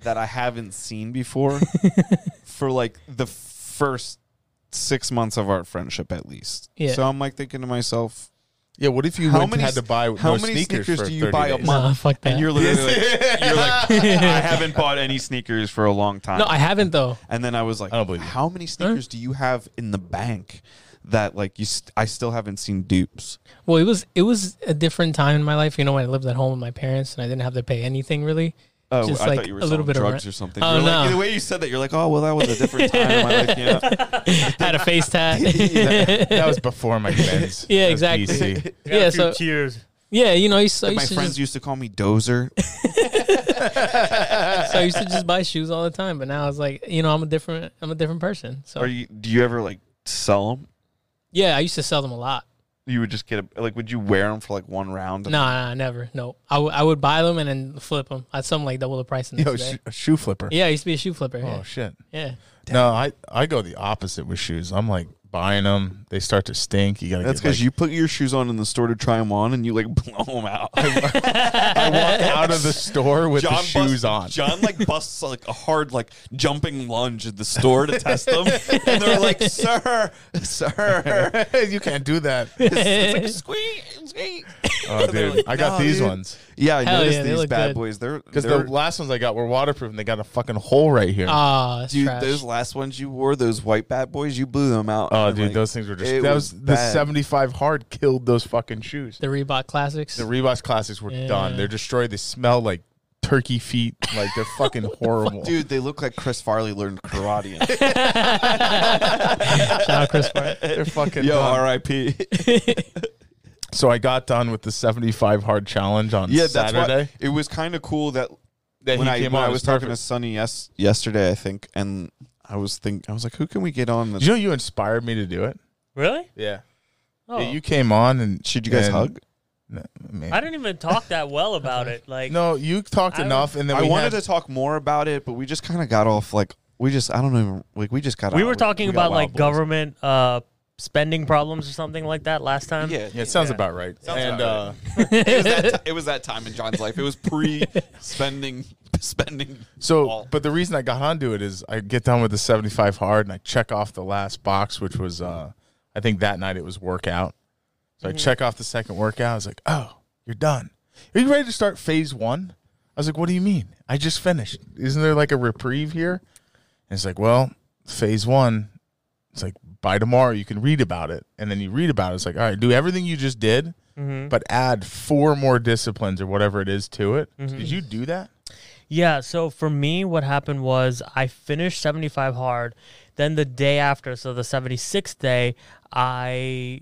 Speaker 1: that I haven't seen before for like the first six months of our friendship, at least.
Speaker 4: Yeah.
Speaker 1: So I'm like thinking to myself,
Speaker 3: Yeah. What if you
Speaker 1: How
Speaker 3: went-
Speaker 1: many
Speaker 3: had to
Speaker 1: s-
Speaker 3: buy
Speaker 1: how
Speaker 3: no
Speaker 1: many
Speaker 3: sneakers,
Speaker 1: sneakers
Speaker 3: for
Speaker 1: do you
Speaker 3: 30
Speaker 1: buy a
Speaker 3: days?
Speaker 1: month?
Speaker 4: Nah, fuck that.
Speaker 1: and you're literally like, you're like, I haven't bought any sneakers for a long time.
Speaker 4: no, I haven't though.
Speaker 1: and then I was like,
Speaker 3: I don't believe you.
Speaker 1: how many sneakers do you have in the bank that like you? St- I still haven't seen dupes.
Speaker 4: Well, it was it was a different time in my life. You know, when I lived at home with my parents and I didn't have to pay anything really.
Speaker 1: Oh,
Speaker 4: Just
Speaker 1: I
Speaker 4: like
Speaker 1: thought you were
Speaker 4: a little
Speaker 1: selling
Speaker 4: bit of
Speaker 1: drugs
Speaker 4: rent.
Speaker 1: or something.
Speaker 4: Oh,
Speaker 1: You're like-
Speaker 4: no.
Speaker 1: the way you said that, you're like, oh well, that was a different time in my life. You know?
Speaker 4: had a face tat.
Speaker 3: that was before my cleanse.
Speaker 4: Yeah,
Speaker 3: That was
Speaker 4: exactly.
Speaker 3: BC.
Speaker 4: yeah, so
Speaker 2: tears.
Speaker 4: yeah, you know, I used, to- I
Speaker 1: my
Speaker 4: used to
Speaker 1: friends
Speaker 4: just,
Speaker 1: used to call me Dozer.
Speaker 4: so I used to just buy shoes all the time, but now it's like you know I'm a different I'm a different person. So
Speaker 1: Are you? Do you ever like sell them?
Speaker 4: yeah, I used to sell them a lot.
Speaker 1: You would just get a, like, would you wear them for like one round?
Speaker 4: No, no, never. No, I, w- I would buy them and then flip them. I'd sell them like double the price. The next
Speaker 3: Yo,
Speaker 4: day.
Speaker 3: sh- a shoe flipper.
Speaker 4: yeah, I used to be a shoe flipper. yeah.
Speaker 3: Oh shit.
Speaker 4: yeah.
Speaker 3: No, I I go the opposite with shoes. I'm like buying them. They start to stink. You gotta.
Speaker 1: That's
Speaker 3: get,
Speaker 1: because
Speaker 3: like,
Speaker 1: you put your shoes on in the store to try them on, and you like blow them out.
Speaker 3: I walk out of the store with the
Speaker 1: bust-
Speaker 3: shoes on.
Speaker 1: John like busts like a hard like jumping lunge at the store to test them, and they're like, "Sir, sir."
Speaker 3: you can't do that.
Speaker 1: It's like, squeak, squeak.
Speaker 3: Oh,
Speaker 1: They're
Speaker 3: dude,
Speaker 1: like,
Speaker 3: I got
Speaker 1: "No,
Speaker 3: these
Speaker 1: dude."
Speaker 3: ones
Speaker 1: Yeah, I
Speaker 4: Hell
Speaker 1: noticed
Speaker 4: yeah, they
Speaker 1: these
Speaker 4: look
Speaker 1: bad
Speaker 4: good.
Speaker 1: boys. They're
Speaker 3: because the
Speaker 1: they're- Oh,
Speaker 3: last ones I got were waterproof and they got a fucking hole right here.
Speaker 4: Ah, it's
Speaker 1: Dude,
Speaker 4: trash.
Speaker 1: those last ones you wore, those white bad boys, you blew them out.
Speaker 3: oh,
Speaker 1: And,
Speaker 3: dude,
Speaker 1: like,
Speaker 3: those things were just.
Speaker 1: it
Speaker 3: That
Speaker 1: was
Speaker 3: was, the
Speaker 1: bad.
Speaker 3: 75 hard killed those fucking shoes.
Speaker 4: the Reebok classics.
Speaker 3: The Reebok classics were done.
Speaker 4: Yeah.
Speaker 3: They're destroyed. They smell like turkey feet. Like they're fucking horrible.
Speaker 1: Dude, they look like Chris Farley learned karate. in-
Speaker 4: Shout out Chris Pratt.
Speaker 3: they're fucking.
Speaker 1: Yo,
Speaker 3: done.
Speaker 1: R.I.P.
Speaker 3: So I got done with the 75 hard challenge on
Speaker 1: yeah, that's
Speaker 3: Saturday.
Speaker 1: why it was kind of cool that
Speaker 3: That
Speaker 1: when
Speaker 3: he
Speaker 1: I
Speaker 3: came
Speaker 1: when
Speaker 3: on,
Speaker 1: I
Speaker 3: it
Speaker 1: was
Speaker 3: was
Speaker 1: talking to
Speaker 3: perfect.
Speaker 1: Sonny yes yesterday, I think, and I was think I was like, who can we get on?
Speaker 3: Did
Speaker 1: That-
Speaker 3: you know you inspired me to do it?
Speaker 2: Really?
Speaker 3: Yeah.
Speaker 2: Oh,
Speaker 3: you came on and
Speaker 1: Should you guys
Speaker 3: and-
Speaker 1: hug?
Speaker 3: No, man.
Speaker 2: I didn't even talk that well about it. Like,
Speaker 3: No, you talked
Speaker 2: I-
Speaker 3: enough, and then
Speaker 1: I
Speaker 3: we
Speaker 1: wanted
Speaker 3: had-
Speaker 1: to talk more about it, but we just kind of got off like we just I don't know like we just got
Speaker 2: we
Speaker 1: out.
Speaker 2: were talking
Speaker 1: we got
Speaker 2: about
Speaker 1: wild
Speaker 2: like
Speaker 1: boys.
Speaker 2: government uh, spending problems or something like that last time.
Speaker 1: Yeah,
Speaker 3: Yeah, it sounds
Speaker 2: Yeah.
Speaker 3: about right.
Speaker 1: Sounds
Speaker 3: and
Speaker 1: about
Speaker 3: uh,
Speaker 1: it was that t- it was that time in John's life. It was pre spending spending.
Speaker 3: so,
Speaker 1: All.
Speaker 3: but the reason I got onto it is I get done with the 75 hard, and I check off the last box, which was uh, I think that night it was workout. So
Speaker 2: Mm-hmm.
Speaker 3: I check off the second workout. I was like, "Oh, you're done. Are you ready to start phase one?" I was like, "What do you mean? I just finished. Isn't there like a reprieve here?" And it's like, "Well, phase one. It's like by tomorrow you can read about it, and then you read about it. It's like, all right, do everything you just did,
Speaker 2: Mm-hmm.
Speaker 3: but add four more disciplines or whatever it is to it.
Speaker 2: Mm-hmm.
Speaker 3: Did you do that?
Speaker 2: Yeah, so for me, what happened was I finished 75 hard. Then the day after, so the 76th day, I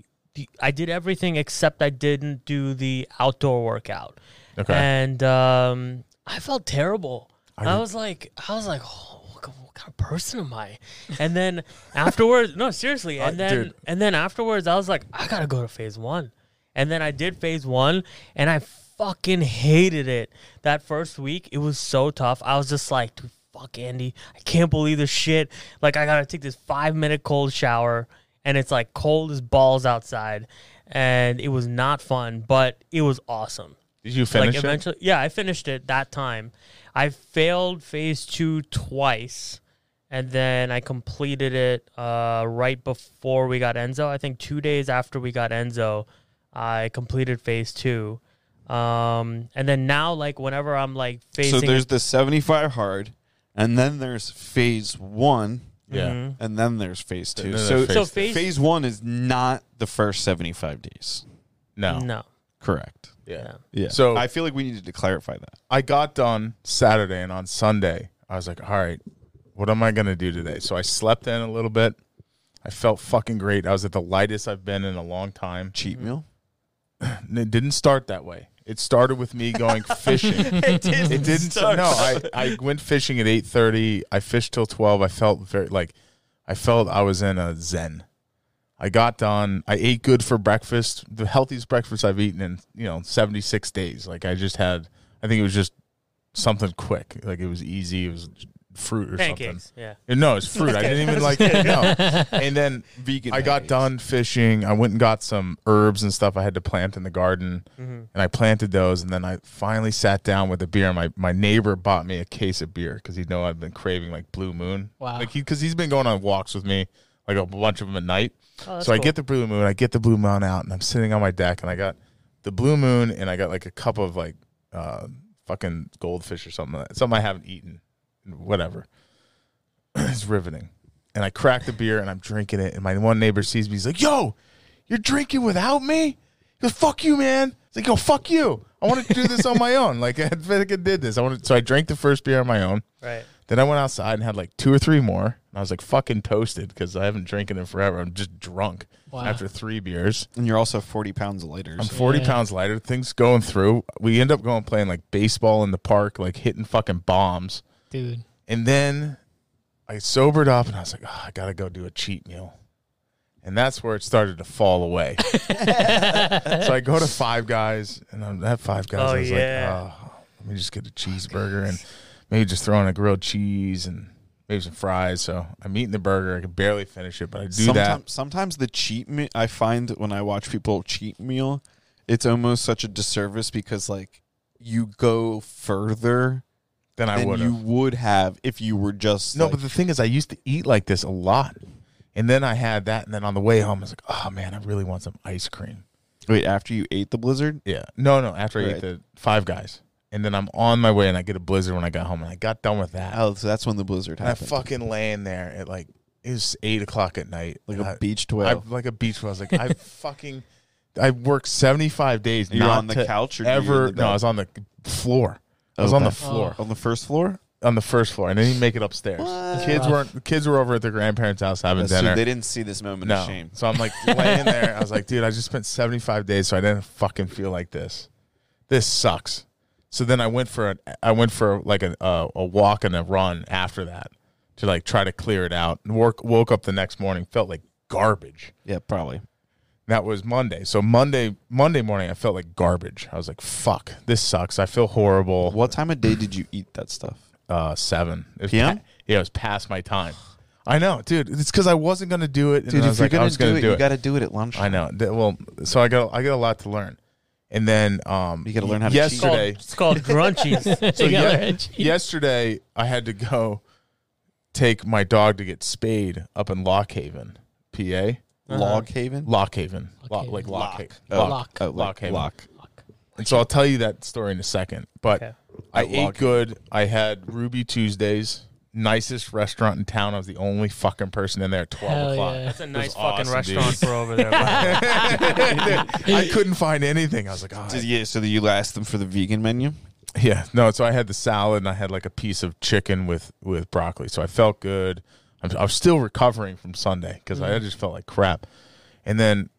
Speaker 2: I did everything except I didn't do the outdoor workout.
Speaker 3: Okay.
Speaker 2: And um, I felt terrible. I,
Speaker 3: re-
Speaker 2: was like, I was like, oh, what ki- what kind of person am I? And then afterwards, no, seriously. And then
Speaker 3: dude.
Speaker 2: and then afterwards, I was like, I gotta go to phase one. And then I did phase one, and I fucking hated it. That first week, it was so tough. I was just like, dude, fuck Andy, I can't believe this shit. Like, I gotta take this five minute cold shower, and it's like cold as balls outside, and it was not fun, but it was awesome.
Speaker 3: Did you finish
Speaker 2: like
Speaker 3: it?
Speaker 2: eventually, yeah, I finished it that time. I failed phase two twice, and then I completed it uh, right before we got Enzo. I think two days after we got Enzo, I completed phase two. Um, and then now, like whenever I'm like
Speaker 1: So
Speaker 2: facing,
Speaker 1: there's the 75 hard, and then there's phase one,
Speaker 3: Yeah.
Speaker 1: and then there's phase two.
Speaker 3: then
Speaker 1: So,
Speaker 3: there's phase
Speaker 2: Mm-hmm. so
Speaker 3: So
Speaker 2: phase,
Speaker 1: phase one is not the first 75 days.
Speaker 3: No.
Speaker 2: no,
Speaker 1: Correct.
Speaker 3: Yeah.
Speaker 1: Yeah.
Speaker 3: So-
Speaker 1: I feel like we needed to clarify that.
Speaker 3: I got done Saturday, and on Sunday, I was like, all right, what am I going to do today? So I slept in a little bit. I felt fucking great. I was at the lightest I've been in a long time.
Speaker 1: Cheat meal.
Speaker 3: And it didn't start that way. It started with me going fishing.
Speaker 1: it didn't.
Speaker 3: it didn't
Speaker 1: start.
Speaker 3: no I, I went fishing at 8.30 i fished till 12 i felt very like i felt i was in a zen I got done. I ate good for breakfast, the healthiest breakfast I've eaten in, you know, 76 days. Like I just had, I think it was just something quick. Like it was easy. It was fruit or something.
Speaker 2: Pancakes. Yeah.
Speaker 3: No, it's fruit. I didn't even like it. No. And then
Speaker 1: Vegan.
Speaker 3: I got
Speaker 1: pancakes.
Speaker 3: done fishing. I went and got some herbs and stuff I had to plant in the garden,
Speaker 2: Mm-hmm.
Speaker 3: and I planted those. And then I finally sat down with a beer. My my neighbor bought me a case of beer because he know I've been craving like Blue Moon.
Speaker 4: Wow.
Speaker 3: Like he because he's been going on walks with me like a bunch of them at night.
Speaker 2: Oh, that's
Speaker 3: so I
Speaker 2: cool.
Speaker 3: get the Blue Moon. I get the Blue Moon out, and I'm sitting on my deck, and I got the Blue Moon, and I got like a cup of like uh, fucking goldfish or something. Like that. Something I haven't eaten. Whatever. it's riveting and I crack the beer and I'm drinking it. And my one neighbor sees me. He's like, "Yo, you're drinking without me?" He goes, "Fuck you, man." He's like, "Yo, fuck you. I wanted to do this on my own. Like I fucking did this. I wanted." So I drank the first beer on my own.
Speaker 2: Right.
Speaker 3: Then I went outside and had like two or three more. And I was like fucking toasted because I haven't drinking in forever. I'm just drunk
Speaker 4: Wow.
Speaker 3: after three beers.
Speaker 1: And you're also 40 pounds lighter.
Speaker 3: I'm
Speaker 1: so-
Speaker 3: 40
Speaker 4: Yeah.
Speaker 3: pounds lighter. Things going through. We end up going playing like baseball in the park, like hitting fucking bombs.
Speaker 4: dude.
Speaker 3: And then I sobered up and I was like, oh, I got to go do a cheat meal. And that's where it started to fall away. so I go to Five Guys and I'm at Five Guys.
Speaker 2: Oh,
Speaker 3: I was
Speaker 2: yeah.
Speaker 3: like, oh, let me just get a cheeseburger and maybe just throw in a grilled cheese and maybe some fries. So I'm eating the burger. I can barely finish it, but I do that.
Speaker 1: Sometime- Sometimes the cheat meal, I find when I watch people cheat meal, it's almost such a disservice because like you go further
Speaker 3: Then I
Speaker 1: than
Speaker 3: would
Speaker 1: you
Speaker 3: have.
Speaker 1: would have if you were just
Speaker 3: No,
Speaker 1: like-
Speaker 3: but the thing is, I used to eat like this a lot. And then I had that. And then on the way home, I was like, oh, man, I really want some ice cream.
Speaker 1: wait after you ate the blizzard.
Speaker 3: Yeah. No, no. After I
Speaker 1: Right.
Speaker 3: ate the Five Guys, and then I'm on my way, and I get a blizzard when I got home, and I got done with that.
Speaker 1: Oh, so that's when the blizzard
Speaker 3: and I
Speaker 1: happened.
Speaker 3: fucking laying there at like it was eight o'clock at night,
Speaker 1: like
Speaker 3: and
Speaker 1: a
Speaker 3: I-
Speaker 1: beach
Speaker 3: I,
Speaker 1: twelve.
Speaker 3: like a beach. Where I was like, I fucking, I worked seventy five days.
Speaker 1: You're
Speaker 3: not
Speaker 1: on the
Speaker 3: to
Speaker 1: couch or you were
Speaker 3: ever?
Speaker 1: in the
Speaker 3: No,
Speaker 1: bed?
Speaker 3: I was on the floor. I was on the
Speaker 1: Okay.
Speaker 3: floor,
Speaker 1: on the first floor.
Speaker 3: on the first floor, and I didn't even make it upstairs. The kids
Speaker 4: rough.
Speaker 3: weren't. The kids were over at their grandparents' house having
Speaker 1: so
Speaker 3: dinner.
Speaker 1: they didn't see this moment
Speaker 3: no,
Speaker 1: of shame.
Speaker 3: so I'm like laying there. I was like, dude, I just spent seventy five days, so I didn't fucking feel like this. This sucks. So then I went for an, I went for like a, a a walk and a run after that to like try to clear it out. And work, woke up the next morning, felt like garbage.
Speaker 1: Yeah, probably.
Speaker 3: That was Monday. So Monday Monday morning, I felt like garbage. I was like, fuck, this sucks. I feel horrible.
Speaker 1: What time of day did you eat that stuff?
Speaker 3: Uh, seven It was
Speaker 1: PM?
Speaker 3: pa- yeah, it was past my time. I know, dude. It's because I wasn't gonna do it. And
Speaker 1: Dude,
Speaker 3: I
Speaker 1: if
Speaker 3: was
Speaker 1: you're
Speaker 3: like, I
Speaker 1: gonna,
Speaker 3: was gonna
Speaker 1: do, it, you got to do it at lunch.
Speaker 3: I know. Th- Well, so I got I got a lot to learn, and then um,
Speaker 1: You gotta learn how to cheat.
Speaker 3: yesterday.
Speaker 2: It's called grunchies.
Speaker 3: So
Speaker 4: Yeah,
Speaker 3: ye-
Speaker 4: they're edgy.
Speaker 3: yesterday I had to go take my dog to get spayed up in Lock Haven, PA.
Speaker 1: Log Haven.
Speaker 3: Lock Haven, Lock,
Speaker 4: Haven.
Speaker 3: like Lock, Haven.
Speaker 1: Oh,
Speaker 4: Lock.
Speaker 1: oh, like
Speaker 3: Lock Haven.
Speaker 1: Lock.
Speaker 3: And so I'll tell you that story in a second. But
Speaker 2: Okay.
Speaker 3: I
Speaker 1: At Lock
Speaker 3: ate
Speaker 1: Haven.
Speaker 3: good. I had Ruby Tuesdays, nicest restaurant in town. I was the only fucking person in there at twelve
Speaker 4: Hell
Speaker 3: o'clock.
Speaker 4: yeah.
Speaker 2: That's a nice fucking
Speaker 3: awesome, dude.
Speaker 2: restaurant for over there. bro.
Speaker 3: I couldn't find anything. I was like, oh,
Speaker 1: Did- yeah, so that you asked them for the vegan menu.
Speaker 3: Yeah, no. So I had the salad and I had like a piece of chicken with with broccoli. So I felt good. I'm, I'm still recovering from Sunday because I just felt like crap. And then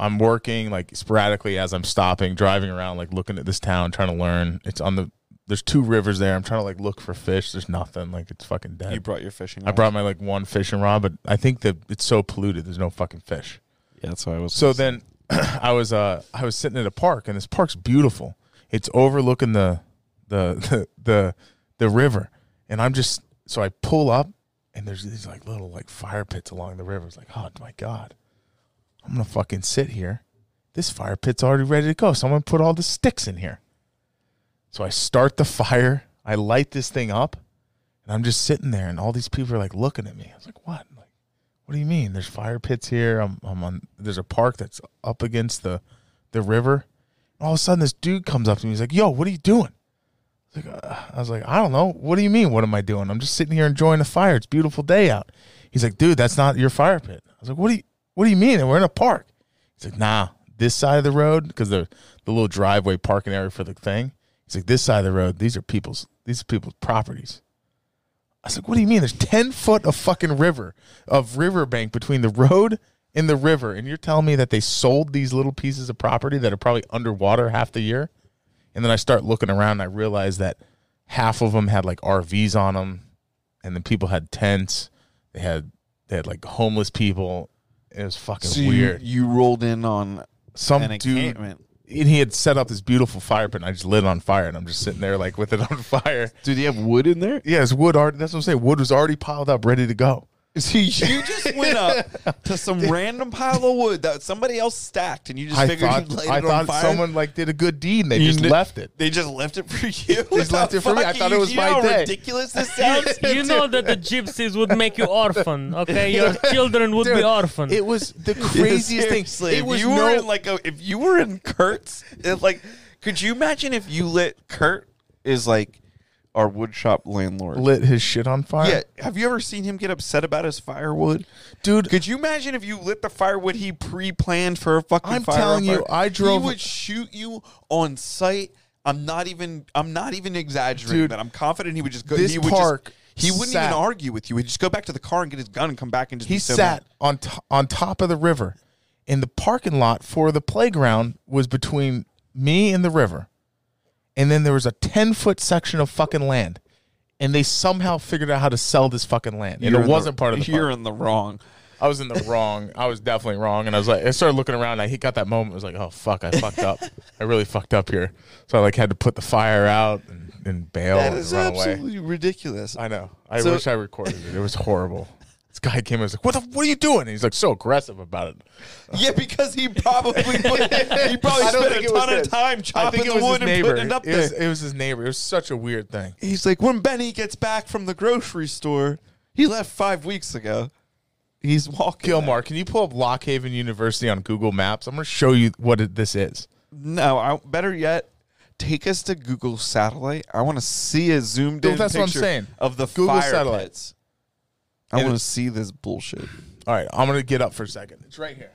Speaker 3: I'm working like sporadically as I'm stopping, driving around, like looking at this town, trying to learn. It's on the there's two rivers there. I'm trying to like look for fish. There's nothing. Like it's fucking dead.
Speaker 1: You brought your fishing.
Speaker 3: I
Speaker 1: rod.
Speaker 3: brought my like one fishing rod, but I think that it's so polluted. There's no fucking fish.
Speaker 1: Yeah, that's why I was.
Speaker 3: So then I was uh I was sitting at a park and this park's beautiful. It's overlooking the the the the, the river. And I'm just so I pull up and there's these like little like fire pits along the river. It's like, oh my God. I'm gonna fucking sit here. This fire pit's already ready to go. So I'm gonna put all the sticks in here. So I start the fire, I light this thing up, and I'm just sitting there and all these people are like looking at me. I was like, what? Like what do you mean? There's fire pits here. I'm, I'm on. There's a park that's up against the, the river. All of a sudden, this dude comes up to me. He's like, "Yo, what are you doing?" I was like, uh, I was like, "I don't know. What do you mean? What am I doing? I'm just sitting here enjoying the fire. It's a beautiful day out." He's like, "Dude, that's not your fire pit." I was like, "What do you What do you mean? And we're in a park." He's like, "Nah, this side of the road because the the little driveway parking area for the thing." He's like, "This side of the road. These are people's. These are people's properties." I was like, "What do you mean? There's ten foot of fucking river of riverbank between the road and the river, and you're telling me that they sold these little pieces of property that are probably underwater half the year?" And then I start looking around, and I realize that half of them had like RVs on them, and then people had tents. They had they had like homeless people. It was fucking
Speaker 1: So you,
Speaker 3: weird.
Speaker 1: you rolled in on
Speaker 3: Some
Speaker 1: an
Speaker 3: dude
Speaker 1: encampment.
Speaker 3: and he had set up this beautiful fire pit and I just lit it on fire and I'm just sitting there like with it on fire.
Speaker 1: Dude, you have wood in there?
Speaker 3: Yeah, it's wood already that's what I'm saying. Wood was already piled up, ready to go.
Speaker 1: See, you just went up to some random pile of wood that somebody else stacked, and you just
Speaker 3: I
Speaker 1: figured
Speaker 3: thought
Speaker 1: you'd light
Speaker 3: I
Speaker 1: it on
Speaker 3: thought
Speaker 1: fire.
Speaker 3: someone like did a good deed and they
Speaker 1: You
Speaker 3: just
Speaker 1: kn-
Speaker 3: left it.
Speaker 1: They just left it for you.
Speaker 3: just left it for me. I
Speaker 1: Fuck,
Speaker 3: thought it
Speaker 1: you-
Speaker 3: was
Speaker 1: you
Speaker 3: my
Speaker 1: know how
Speaker 3: day.
Speaker 1: Ridiculous this sounds.
Speaker 2: You know that the gypsies would make you orphan, okay? Your children would be
Speaker 3: Dude,
Speaker 2: orphan.
Speaker 3: It was the craziest
Speaker 1: Seriously,
Speaker 3: thing. It
Speaker 1: if
Speaker 3: was
Speaker 1: you
Speaker 3: no
Speaker 1: were in like a, if you were in Kurt's, if like, could you imagine if you lit Kurt is like our woodshop landlord?
Speaker 3: lit his shit on fire.
Speaker 1: yeah, have you ever seen him get upset about his firewood?
Speaker 3: dude.
Speaker 1: Could you imagine if you lit the firewood he pre-planned for a fucking
Speaker 3: I'm
Speaker 1: fire?
Speaker 3: telling
Speaker 1: on
Speaker 3: you,
Speaker 1: fire?
Speaker 3: I drove-
Speaker 1: He would shoot you on sight. I'm not even. I'm not even exaggerating.
Speaker 3: Dude,
Speaker 1: that I'm confident he would just go.
Speaker 3: this
Speaker 1: he would
Speaker 3: park
Speaker 1: Just, he wouldn't
Speaker 3: sat-
Speaker 1: even argue with you. He'd just go back to the car and get his gun and come back and just.
Speaker 3: he
Speaker 1: be so mad.
Speaker 3: sat on t- on top of the river, and the parking lot for the playground was between me and the river, and then there was a ten foot section of fucking land, and they somehow figured out how to sell this fucking land, and
Speaker 1: You're in
Speaker 3: it
Speaker 1: the-
Speaker 3: wasn't part of the.
Speaker 1: You're
Speaker 3: park.
Speaker 1: in the wrong.
Speaker 3: I was in the wrong. I was definitely wrong, and I was like, I started looking around. And I hit- got that moment. I was like, oh fuck, I fucked up. I really fucked up here. So I like had to put the fire out and, and bail
Speaker 1: That
Speaker 3: and
Speaker 1: is
Speaker 3: Oh, run away.
Speaker 1: absolutely ridiculous.
Speaker 3: I know. I
Speaker 1: So-
Speaker 3: wish I recorded it. It was horrible. This guy came and was like, "What? The, what are you doing?" And he's like, so aggressive about it.
Speaker 1: yeah, because he probably would, he probably
Speaker 3: I don't
Speaker 1: spent
Speaker 3: think
Speaker 1: a
Speaker 3: it was
Speaker 1: ton
Speaker 3: his.
Speaker 1: of time
Speaker 3: I
Speaker 1: chopping
Speaker 3: think it
Speaker 1: the
Speaker 3: was his
Speaker 1: wood and
Speaker 3: neighbor.
Speaker 1: putting it up
Speaker 3: It was,
Speaker 1: there.
Speaker 3: it was his neighbor. It was such a weird thing.
Speaker 1: He's like, when Benny gets back from the grocery store, he left five weeks ago. He's walking.
Speaker 3: Gilmar, can you pull up Lockhaven University on Google Maps? I'm going to show you what it, this is.
Speaker 1: No, I, better yet, take us to Google Satellite. I want to see a zoomed
Speaker 3: Dude,
Speaker 1: in
Speaker 3: that's what I'm
Speaker 1: picture
Speaker 3: saying.
Speaker 1: of the
Speaker 3: Google
Speaker 1: fire
Speaker 3: Satellite.
Speaker 1: pits. I
Speaker 3: And
Speaker 1: want to
Speaker 3: it-
Speaker 1: see this bullshit.
Speaker 3: All right, I'm going to get up for a second. It's right here.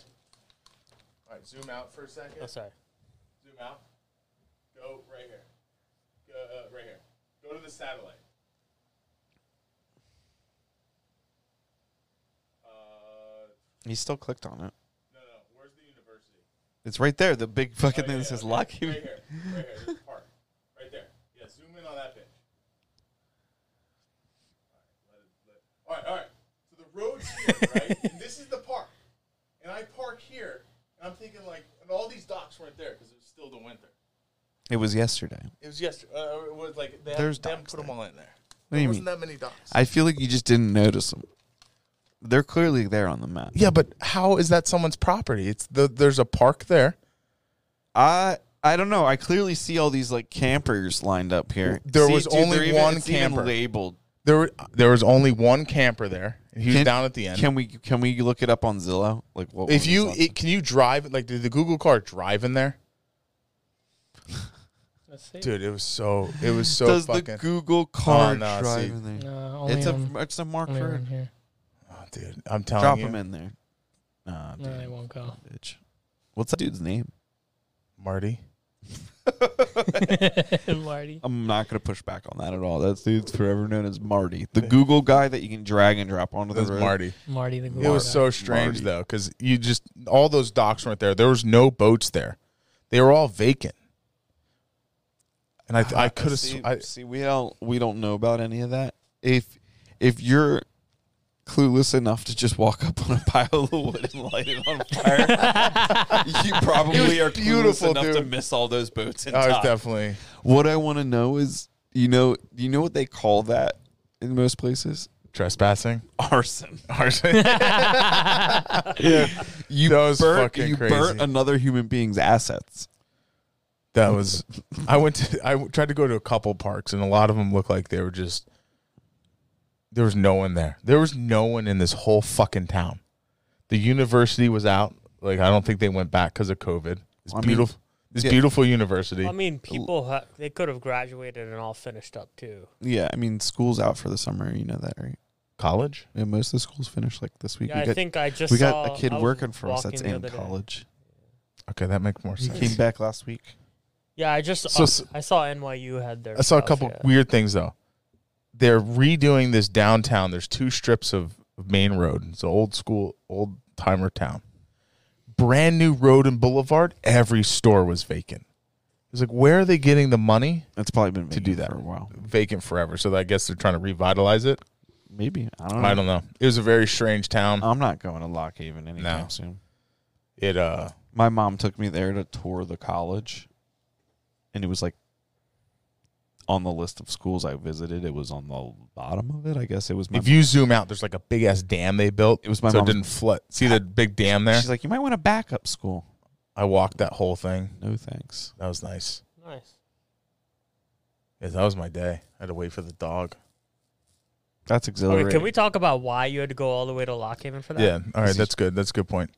Speaker 3: All right, zoom out for a second.
Speaker 2: Oh, sorry.
Speaker 3: Zoom out. Go right here. Go, uh, right here. Go to the satellite. Uh,
Speaker 1: He still clicked on it.
Speaker 3: no, no. Where's the university?
Speaker 1: It's right there. The big fucking thing that says Lockheed.
Speaker 3: Right here. Right here. There's a park. Right there. Yeah, zoom in on that bitch. All right, all right. So the road's here, right? and this is the park. And I park here, and I'm thinking, like, and all these docks weren't there because it was still the winter.
Speaker 1: It was yesterday.
Speaker 3: It was yesterday. Uh, it was like, they,
Speaker 1: There's
Speaker 3: had, they haven't
Speaker 1: docks
Speaker 3: put them all in there.
Speaker 1: What do you
Speaker 3: there
Speaker 1: mean?
Speaker 3: wasn't that many docks.
Speaker 1: I feel like you just didn't notice them. They're clearly there on the map.
Speaker 3: yeah, but how is that someone's property? It's the There's a park there.
Speaker 1: I I don't know. I clearly see all these like campers lined up here.
Speaker 3: There
Speaker 1: See,
Speaker 3: was only
Speaker 1: they're
Speaker 3: one
Speaker 1: it's even
Speaker 3: camper.
Speaker 1: labeled.
Speaker 3: There, were- there was only one camper there. And he was
Speaker 1: Can-
Speaker 3: down at the end.
Speaker 1: Can Oh, we can we look it up on Zillow? Like what?
Speaker 3: If
Speaker 1: one
Speaker 3: you
Speaker 1: is that?
Speaker 3: it, can you drive like did the Google car drive in there?
Speaker 4: Let's see.
Speaker 3: Dude, it was so it was so
Speaker 1: does
Speaker 3: fucking
Speaker 1: the Google car
Speaker 3: Oh, no,
Speaker 1: drive
Speaker 3: see.
Speaker 1: in there?
Speaker 4: No, only
Speaker 1: it's a
Speaker 4: on,
Speaker 1: it's a marked
Speaker 4: only on
Speaker 1: road.
Speaker 4: here.
Speaker 3: oh, dude, I'm telling
Speaker 1: Drop
Speaker 3: you.
Speaker 1: him in there. Nah, dude,
Speaker 4: No, they won't go.
Speaker 1: bitch. What's that dude's name?
Speaker 3: Marty.
Speaker 4: Marty.
Speaker 1: I'm not gonna push back on that at all. That dude's forever known as Marty, the Google guy that you can drag and drop onto
Speaker 3: It
Speaker 1: the
Speaker 3: was
Speaker 1: road.
Speaker 3: Marty.
Speaker 4: Marty the
Speaker 3: It
Speaker 4: Google
Speaker 3: was
Speaker 4: guy.
Speaker 3: so strange
Speaker 1: Oh, Marty.
Speaker 3: though cuz you just all those docks weren't there. There was no boats there. They were all vacant. And I th- I could have
Speaker 1: Uh, see,
Speaker 3: I,
Speaker 1: see we don't we don't know about any of that. If if you're clueless enough to just walk up on a pile of wood and light it on fire, you probably are beautiful, clueless
Speaker 3: beautiful,
Speaker 1: enough to
Speaker 3: dude.
Speaker 1: miss all those boats and
Speaker 3: I was
Speaker 1: top.
Speaker 3: definitely
Speaker 1: What I want to know is, you know, you know what they call that in most places?
Speaker 3: trespassing.
Speaker 1: Arson.
Speaker 3: You that was
Speaker 1: Burnt-
Speaker 3: fucking
Speaker 1: you
Speaker 3: crazy.
Speaker 1: burnt another human being's assets.
Speaker 3: That was. I went to. I w- tried to go to a couple parks, and a lot of them looked like they were just. There was no one there. There was no one in this whole fucking town. The university was out. Like I don't think they went back because of COVID. It's
Speaker 1: I mean,
Speaker 3: beautiful. This
Speaker 1: yeah.
Speaker 3: beautiful university.
Speaker 2: I mean, people ha- they could have graduated and all finished up too.
Speaker 1: Yeah, I mean, school's out for the summer. You know that, right?
Speaker 3: College.
Speaker 1: Yeah, most of the schools finish like this week.
Speaker 2: Yeah,
Speaker 1: we
Speaker 2: I
Speaker 1: got,
Speaker 2: think I just
Speaker 1: we
Speaker 2: saw-
Speaker 1: got a kid
Speaker 2: I was
Speaker 1: working for us that's
Speaker 2: walking the
Speaker 1: in
Speaker 2: other day.
Speaker 1: college.
Speaker 3: Okay, that makes more
Speaker 1: He
Speaker 3: sense.
Speaker 1: came back last week.
Speaker 2: Yeah, I just
Speaker 3: So-
Speaker 2: uh,
Speaker 3: so-
Speaker 2: I saw NYU had their.
Speaker 3: I saw a
Speaker 2: stuff,
Speaker 3: couple
Speaker 2: yeah.
Speaker 3: weird things though. They're redoing this downtown. There's two strips of of main road. It's an old school, old timer town. Brand new road and boulevard. Every store was vacant. It was like, where are they getting the money?
Speaker 1: That's probably been to
Speaker 3: do that.
Speaker 1: for a while.
Speaker 3: Vacant forever. So I guess they're trying to revitalize it.
Speaker 1: Maybe I don't know.
Speaker 3: I don't know. It was a very strange town.
Speaker 1: I'm not going to Lock Haven anytime
Speaker 3: No.
Speaker 1: soon.
Speaker 3: It uh
Speaker 1: My mom took me there to tour the college, and it was like on the list of schools I visited. It was on the bottom of it. I guess it was my.
Speaker 3: if you zoom out, there's like a big ass dam they built.
Speaker 1: It was my
Speaker 3: so it
Speaker 1: mom's-
Speaker 3: didn't flood. See the big dam there?
Speaker 1: she's like, you might want a backup school.
Speaker 3: I walked that whole thing.
Speaker 1: No thanks.
Speaker 3: That was nice.
Speaker 2: Nice.
Speaker 3: Yeah, that was my day. I had to wait for the dog.
Speaker 1: That's exhilarating.
Speaker 2: Okay, can we talk about why you had to go all the way to Lock Haven for that?
Speaker 3: Yeah. All right. That's good. That's a good point.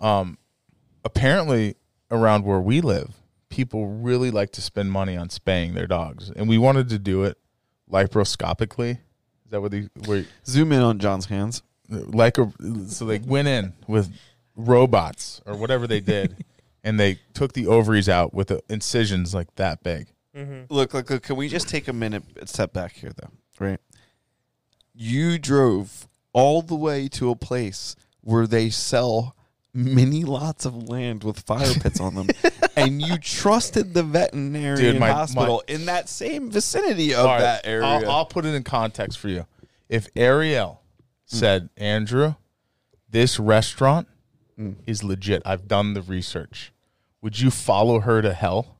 Speaker 3: Um, apparently, around where we live, people really like to spend money on spaying their dogs, and we wanted to do it laparoscopically. Is that what they were
Speaker 1: zoom in on John's hands?
Speaker 3: like? A, so they went in with robots or whatever they did, and they took the ovaries out with the incisions like that big.
Speaker 2: Mm-hmm.
Speaker 1: Look, look, look. Can we just take a minute step back here, though? Right. You drove all the way to a place where they sell many lots of land with fire pits on them, and you trusted the veterinarian
Speaker 3: Dude, my-
Speaker 1: hospital in that same vicinity of
Speaker 3: All right,
Speaker 1: that area.
Speaker 3: I'll, I'll put it in context for you. If Ariel said, Andrew, this restaurant
Speaker 1: Mm.
Speaker 3: is legit. I've done the research. Would you follow her to hell?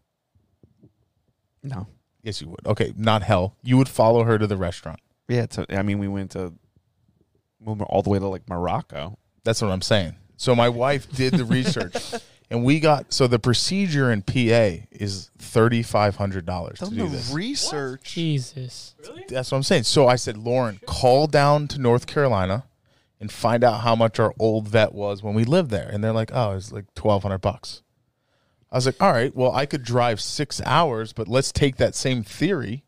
Speaker 1: no.
Speaker 3: Yes, you would. Okay, not hell. You would follow her to the restaurant.
Speaker 1: Yeah. To, I mean, we went to we went all the way to like Morocco.
Speaker 3: That's what I'm saying. So my wife did the research, and we got so the procedure in PA is thirty five hundred dollars to
Speaker 1: Done
Speaker 3: do
Speaker 1: the
Speaker 3: this.
Speaker 1: research.
Speaker 4: Jesus.
Speaker 3: That's what I'm saying. So I said, Lauren, call down to North Carolina and find out how much our old vet was when we lived there. And they're like, oh, it's like twelve hundred bucks. I was like, all right, well, I could drive six hours, but let's take that same theory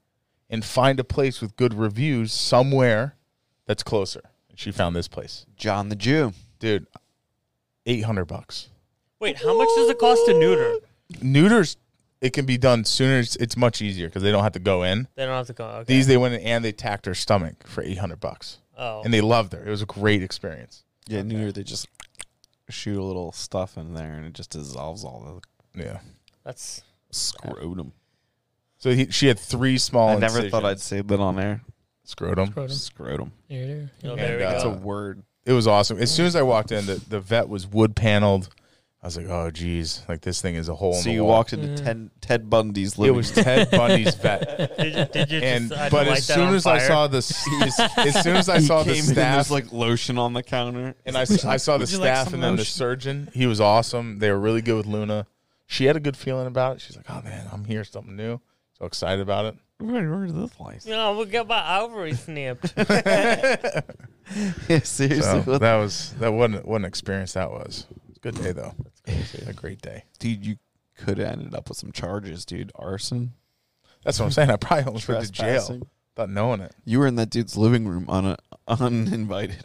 Speaker 3: and find a place with good reviews somewhere that's closer. And she found this place,
Speaker 1: John the Jew.
Speaker 3: dude, eight hundred bucks.
Speaker 2: Wait, how much does it cost to neuter?
Speaker 3: Neuters, it can be done sooner. It's, it's much easier because they don't have to go in.
Speaker 2: They don't have to go. Okay.
Speaker 3: These they went in and they tacked her stomach for eight hundred bucks.
Speaker 2: oh.
Speaker 3: and they loved her. It was a great experience.
Speaker 1: Yeah, New Year they just shoot a little stuff in there and it just dissolves all
Speaker 3: Yeah.
Speaker 2: That's
Speaker 1: the scrotum.
Speaker 3: So he, she had three small.
Speaker 1: I never
Speaker 3: incisions.
Speaker 1: thought I'd say that on air.
Speaker 3: scrotum.
Speaker 4: Bro, them-
Speaker 1: Scrotum.
Speaker 4: there it is.
Speaker 2: oh,
Speaker 3: And,
Speaker 2: there we
Speaker 3: uh,
Speaker 2: go.
Speaker 3: That's
Speaker 1: That's
Speaker 3: a
Speaker 1: a word.
Speaker 3: It was awesome. As soon as I walked in, the, the vet was wood paneled. I was like, oh geez, like this thing is a hole. in
Speaker 1: So
Speaker 3: the
Speaker 1: you
Speaker 3: wall.
Speaker 1: walked into Ted, Ted Bundy's
Speaker 3: It
Speaker 1: living
Speaker 3: was
Speaker 1: room.
Speaker 3: Ted Bundy's vet,
Speaker 2: did you, did you
Speaker 3: and
Speaker 2: decide to
Speaker 3: but
Speaker 2: light
Speaker 3: as
Speaker 2: that
Speaker 3: soon
Speaker 2: on
Speaker 3: as I
Speaker 2: fire?
Speaker 3: saw the s- as soon as I
Speaker 1: He
Speaker 3: saw the
Speaker 1: came in, there's,
Speaker 3: staff,
Speaker 1: like lotion on the counter.
Speaker 3: and I, s- I saw the
Speaker 1: "Would you like
Speaker 3: staff
Speaker 1: some
Speaker 3: and then the
Speaker 1: lotion?"
Speaker 3: surgeon. He was awesome. They were really good with Luna. She had a good feeling about it. She's like, oh man, I'm here, something new. So excited about it.
Speaker 1: We've already ordered this place.
Speaker 2: No, we got my ovary snipped.
Speaker 1: Yeah, seriously.
Speaker 3: So
Speaker 1: what-
Speaker 3: that was that wasn't what an experience that was. It's a good day though. A great day.
Speaker 1: Dude, you could have ended up with some charges, dude. Arson.
Speaker 3: That's what I'm saying. I probably almost went to jail
Speaker 1: trespassing.
Speaker 3: without knowing it.
Speaker 1: You were in that dude's living room on a, uninvited.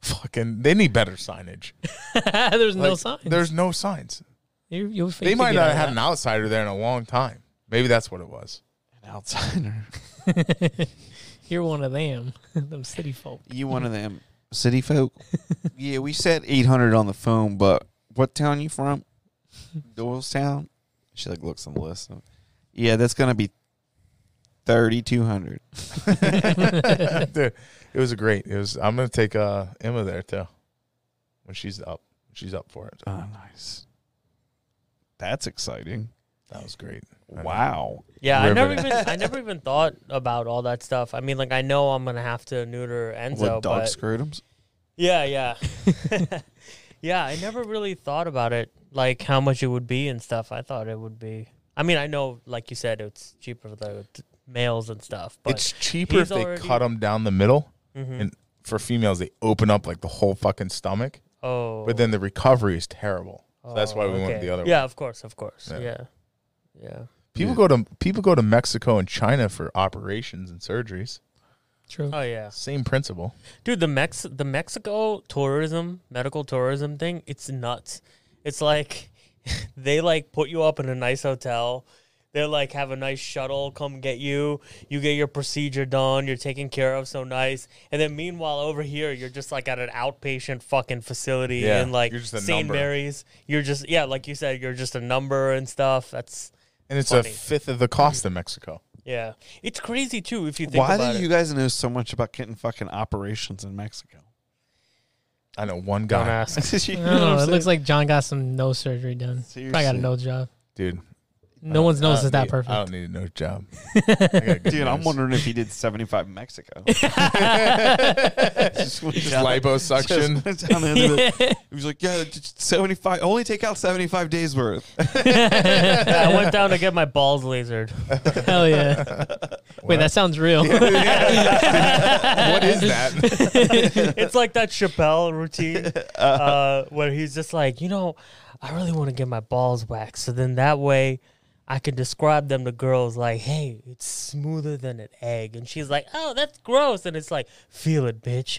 Speaker 3: Fucking, they need better signage.
Speaker 4: There's no
Speaker 3: Like,
Speaker 4: signs.
Speaker 3: There's no signs.
Speaker 4: you, you'll think
Speaker 3: They
Speaker 4: you
Speaker 3: might
Speaker 4: get
Speaker 3: not
Speaker 4: out
Speaker 3: have had
Speaker 4: of
Speaker 3: an outsider there in a long time. Maybe that's what it was.
Speaker 1: An outsider.
Speaker 4: that. You're one of them. them city folk.
Speaker 1: You one of them city folk? yeah, we said 800 on the phone, but what town you from? Doylestown? She like looks on the list. and, Yeah, that's going to be 3200.
Speaker 3: Dude, it was a great. It was. I'm gonna take uh, Emma there too when she's up. She's up for it.
Speaker 4: Ah,
Speaker 1: Oh, nice. That's exciting.
Speaker 3: That was great. I know.
Speaker 1: Wow.
Speaker 2: Yeah, I never
Speaker 3: Riveting.
Speaker 2: even I never even thought about all that stuff. I mean, like I know I'm gonna have to neuter Enzo,
Speaker 1: What dog
Speaker 2: but
Speaker 1: scrotums?
Speaker 2: yeah, yeah, yeah. I never really thought about it, like how much it would be and stuff. I thought it would be. I mean, I know, like you said, it's cheaper for the t- males and stuff, but mm-hmm.
Speaker 3: It's cheaper
Speaker 2: he's
Speaker 3: if they cut 'em
Speaker 2: already-
Speaker 3: cut them down the middle, and for females they open up like the whole fucking stomach.
Speaker 2: oh,
Speaker 3: but then the recovery is terrible. So that's why
Speaker 2: oh,
Speaker 3: we went
Speaker 2: okay.
Speaker 3: the other way.
Speaker 2: Yeah, of course, of course.
Speaker 3: Yeah.
Speaker 2: Yeah, yeah. yeah.
Speaker 3: People
Speaker 1: Yeah.
Speaker 3: go to people go to Mexico and China for operations and surgeries.
Speaker 4: True.
Speaker 2: Oh yeah.
Speaker 3: Same principle.
Speaker 2: Dude, the Mex the Mexico tourism, medical tourism thing, it's nuts. It's like they like put you up in a nice hotel. They like have a nice shuttle come get you. You get your procedure done. You're taken care of so nice. And then meanwhile over here, you're just like at an outpatient fucking facility
Speaker 3: Yeah,
Speaker 2: in like
Speaker 3: you're just a
Speaker 2: St.
Speaker 3: number.
Speaker 2: Mary's. You're just yeah, like you said, you're just a number and stuff. That's
Speaker 3: And it's a
Speaker 2: Funny.
Speaker 3: fifth of the cost in Mexico.
Speaker 2: Yeah, it's crazy too if you think
Speaker 1: Why
Speaker 2: about
Speaker 1: do
Speaker 2: it.
Speaker 1: you guys know so much about getting fucking operations in Mexico?
Speaker 3: I know one
Speaker 2: Don't
Speaker 3: guy,
Speaker 2: ask.
Speaker 1: You
Speaker 4: I
Speaker 1: know
Speaker 4: don't
Speaker 1: what
Speaker 4: know.
Speaker 1: I'm
Speaker 4: Oh, It looks
Speaker 1: saying?
Speaker 4: like John got some nose surgery done. Probably got a
Speaker 1: Seriously.
Speaker 4: nose job.
Speaker 3: dude.
Speaker 4: No one's nose
Speaker 3: I
Speaker 4: is that
Speaker 3: don't need- I don't
Speaker 4: perfect.
Speaker 3: need a nose job.
Speaker 1: Dude, I'm wondering if he did 75 in Mexico. just, Just
Speaker 3: liposuction.
Speaker 1: went down the end of it. He was like, yeah, just 75. Only take out 75 days worth.
Speaker 2: I went down to get my balls lasered.
Speaker 4: Hell yeah. Wait, that sounds real.
Speaker 3: what is that?
Speaker 2: it's like that Chappelle routine uh, where he's just like, you know, I really want to get my balls waxed. So then that way I can describe them to girls like, hey, it's smoother than an egg. And she's like, oh, that's gross. And it's like, feel it, bitch.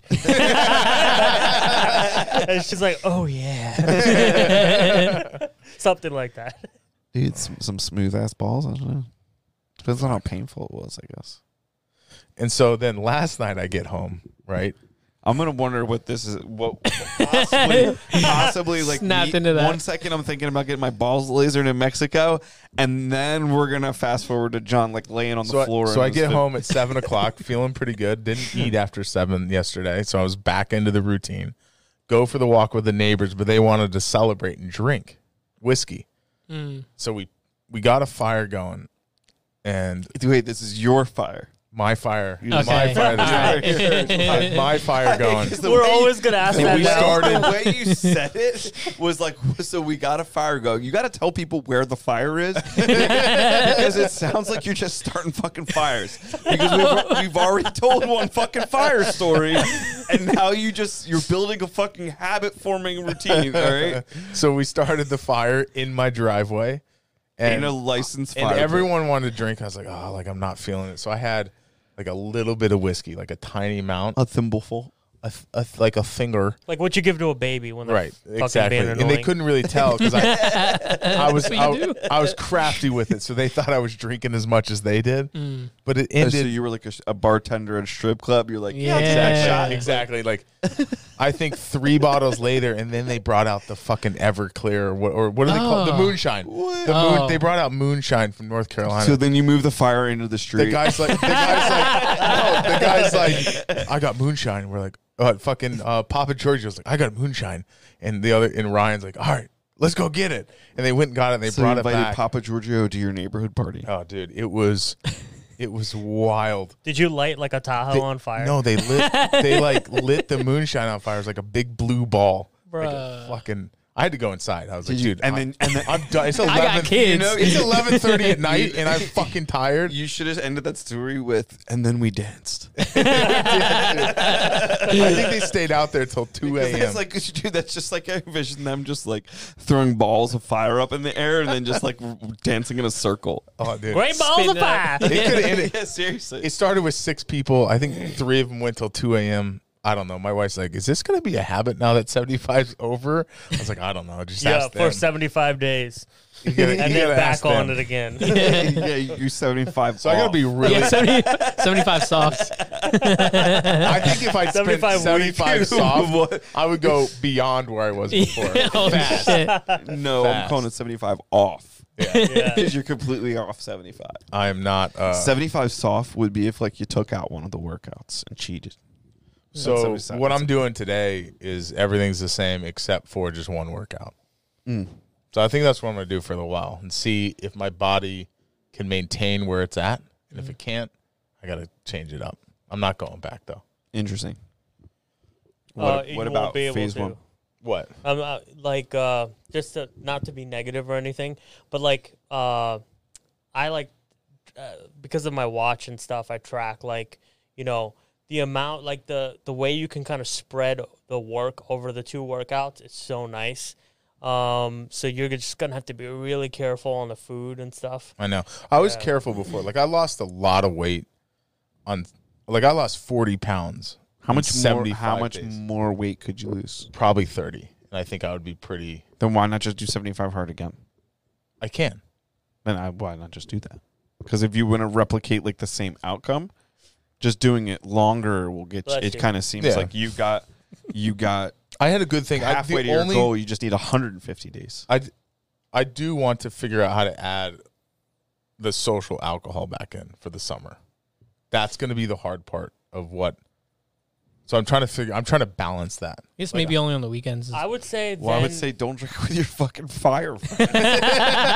Speaker 2: and she's like, oh, yeah. Something like that.
Speaker 1: Dude, some, some smooth ass balls. I don't know. Depends on how painful it was, I guess.
Speaker 3: And so then last night I get home, right?
Speaker 1: I'm gonna wonder what this is. What possibly, possibly like
Speaker 4: Snapped
Speaker 1: me-
Speaker 4: into that.
Speaker 1: one second I'm thinking about getting my balls lasered in Mexico, and then we're gonna fast forward to John like laying on
Speaker 3: So,
Speaker 1: the
Speaker 3: I,
Speaker 1: floor.
Speaker 3: so
Speaker 1: in
Speaker 3: I
Speaker 1: his
Speaker 3: get
Speaker 1: bed.
Speaker 3: home at seven o'clock, feeling pretty good. Didn't eat after seven yesterday, so I was back into the routine. Go for the walk with the neighbors, but they wanted to celebrate and drink whiskey. So we we got a fire going, and
Speaker 1: Dude, Wait, this is your fire.
Speaker 3: my fire, my
Speaker 4: Okay.
Speaker 3: fire,
Speaker 1: Alright.
Speaker 3: I had my fire going.
Speaker 1: Because the
Speaker 2: We're
Speaker 1: way-
Speaker 2: always going to ask
Speaker 3: So
Speaker 2: that
Speaker 3: we
Speaker 2: now.
Speaker 3: start- started-
Speaker 1: The way you said it was like, so we got a fire going. You got to tell people where the fire is because it sounds like you're just starting fucking fires. Because we've, we've already told one fucking fire story, and now you just you're building a fucking habit forming routine. All right,
Speaker 3: so we started the fire in my driveway, and
Speaker 1: and a licensed
Speaker 3: and
Speaker 1: fire.
Speaker 3: everyone wanted to drink. I was like, oh, like I'm not feeling it. So I had like a little bit of whiskey, like a tiny amount,
Speaker 1: a thimbleful.
Speaker 3: a th- a th- like a finger.
Speaker 2: Like what you give to a baby when they're
Speaker 3: Right,
Speaker 2: fucking
Speaker 3: exactly.
Speaker 2: being
Speaker 3: And
Speaker 2: annoying.
Speaker 3: they couldn't really tell because I, I was
Speaker 4: what you
Speaker 3: I, I was crafty with it, so they thought I was drinking as much as they did.
Speaker 4: Mm.
Speaker 3: But it
Speaker 1: so
Speaker 3: ended
Speaker 1: you were like a, sh- a bartender at a strip club. You're like, yeah,
Speaker 4: Yeah.
Speaker 1: exactly.
Speaker 4: shot.
Speaker 3: exactly like I think three bottles later, and then they brought out the fucking Everclear or what, or what do they call it? the
Speaker 4: Oh.
Speaker 3: moonshine? The
Speaker 4: Oh.
Speaker 3: moon, they brought out moonshine from North Carolina.
Speaker 1: So then you move the fire into the
Speaker 3: the
Speaker 1: street.
Speaker 3: guy's like, the guy's like, no, the guy's like, I got moonshine. We're like, uh, fucking uh, Papa Giorgio's like, I got moonshine, and the other and Ryan's like, all right, let's go get it. And they went and got it. and They
Speaker 1: so you
Speaker 3: brought it
Speaker 1: invited
Speaker 3: back.
Speaker 1: Papa Giorgio to your neighborhood party.
Speaker 3: oh, dude, it was, it was wild.
Speaker 2: Did you light like a Tahoe
Speaker 3: They-
Speaker 2: on fire?
Speaker 3: No, they lit. they like lit the moonshine on fire. It was like a big blue ball. Like a
Speaker 4: Bruh.
Speaker 3: fucking. I had to go inside. I was like,
Speaker 1: Did you-
Speaker 3: dude,
Speaker 1: and
Speaker 3: I'm-
Speaker 1: then- and then-
Speaker 3: I'm done. It's
Speaker 4: got
Speaker 3: eleven. You
Speaker 4: kids.
Speaker 3: know, it's eleven thirty at night, and I'm fucking tired.
Speaker 1: You should have ended that story with, and then we danced.
Speaker 3: I think they stayed out there till two a.m.
Speaker 1: It's like, dude, that's just like I envision them just like throwing balls of fire up in the air and then just like r- dancing in a circle.
Speaker 3: oh, dude.
Speaker 2: Great balls of
Speaker 4: Spin
Speaker 2: fire.
Speaker 4: that.
Speaker 3: It could have ended.
Speaker 1: yeah, seriously.
Speaker 3: It started with six people. I think three of them went till 2 a.m. I don't know. My wife's like, is this going to be a habit now that 75's over? I was like, I don't know. Just
Speaker 2: Yeah,
Speaker 3: ask
Speaker 2: for
Speaker 3: them.
Speaker 2: 75 days.
Speaker 3: You gotta-
Speaker 2: And
Speaker 3: you
Speaker 2: then
Speaker 3: gotta ask
Speaker 2: back on
Speaker 3: them.
Speaker 2: it again.
Speaker 1: yeah, you're 75.
Speaker 3: So I got to be really.
Speaker 4: Yeah, 70, 75 softs.
Speaker 3: I think if I spent
Speaker 2: 75
Speaker 3: 75
Speaker 1: weeks.
Speaker 3: soft,
Speaker 1: What?
Speaker 3: I would go beyond where I was before.
Speaker 4: oh,
Speaker 3: Fast.
Speaker 4: shit.
Speaker 1: No, I'm
Speaker 3: fast.
Speaker 1: calling it 75 off.
Speaker 2: yeah.
Speaker 1: Because you're completely off 75.
Speaker 3: I am not. Uh,
Speaker 1: 75 soft would be if like you took out one of the workouts and cheated. Not
Speaker 3: so
Speaker 1: 77.
Speaker 3: what I'm doing today is everything's the same except for just one workout.
Speaker 1: Mm.
Speaker 3: So I think that's what I'm going to do for a little while and see if my body can maintain where it's at. And
Speaker 1: Mm-hmm.
Speaker 3: if it can't, I got to change it up. I'm not going back though.
Speaker 1: Interesting.
Speaker 2: Uh,
Speaker 1: What,
Speaker 2: you
Speaker 1: what
Speaker 2: won't
Speaker 1: about
Speaker 2: be able
Speaker 1: phase
Speaker 2: to.
Speaker 1: one?
Speaker 3: What?
Speaker 2: Um, uh, like, uh, just to, not to be negative or anything, but like, uh, I like, uh, because of my watch and stuff, I track, like, you know, the amount, like the, the way you can kind of spread the work over the two workouts is so nice. Um, so you're just going to have to be really careful on the food and stuff.
Speaker 3: I know. I was careful before. Like I lost a lot of weight on like I lost 40 pounds.
Speaker 1: How
Speaker 3: in
Speaker 1: much more,
Speaker 3: 75
Speaker 1: how much
Speaker 3: days.
Speaker 1: more weight could you lose?
Speaker 3: Probably 30. And I think I would be pretty
Speaker 1: Then why not just do 75 hard again?
Speaker 3: I can.
Speaker 1: then I, why not just do that? Because if you want to replicate like the same outcome, just doing it longer will get.
Speaker 2: Bless
Speaker 1: it
Speaker 2: you.
Speaker 1: kind of seems
Speaker 3: Yeah.
Speaker 1: like you got, you got
Speaker 3: I had a good thing. I,
Speaker 1: halfway
Speaker 3: the
Speaker 1: to your
Speaker 3: only-
Speaker 1: goal. You just need 150 days.
Speaker 3: I, d- I do want to figure out how to add the social alcohol back in for the summer. That's going to be the hard part of what. So I'm trying to figure. I'm trying to balance that.
Speaker 4: This may be only on the weekends.
Speaker 2: I would say.
Speaker 1: Well, I would say don't drink with your fucking fire.
Speaker 4: You're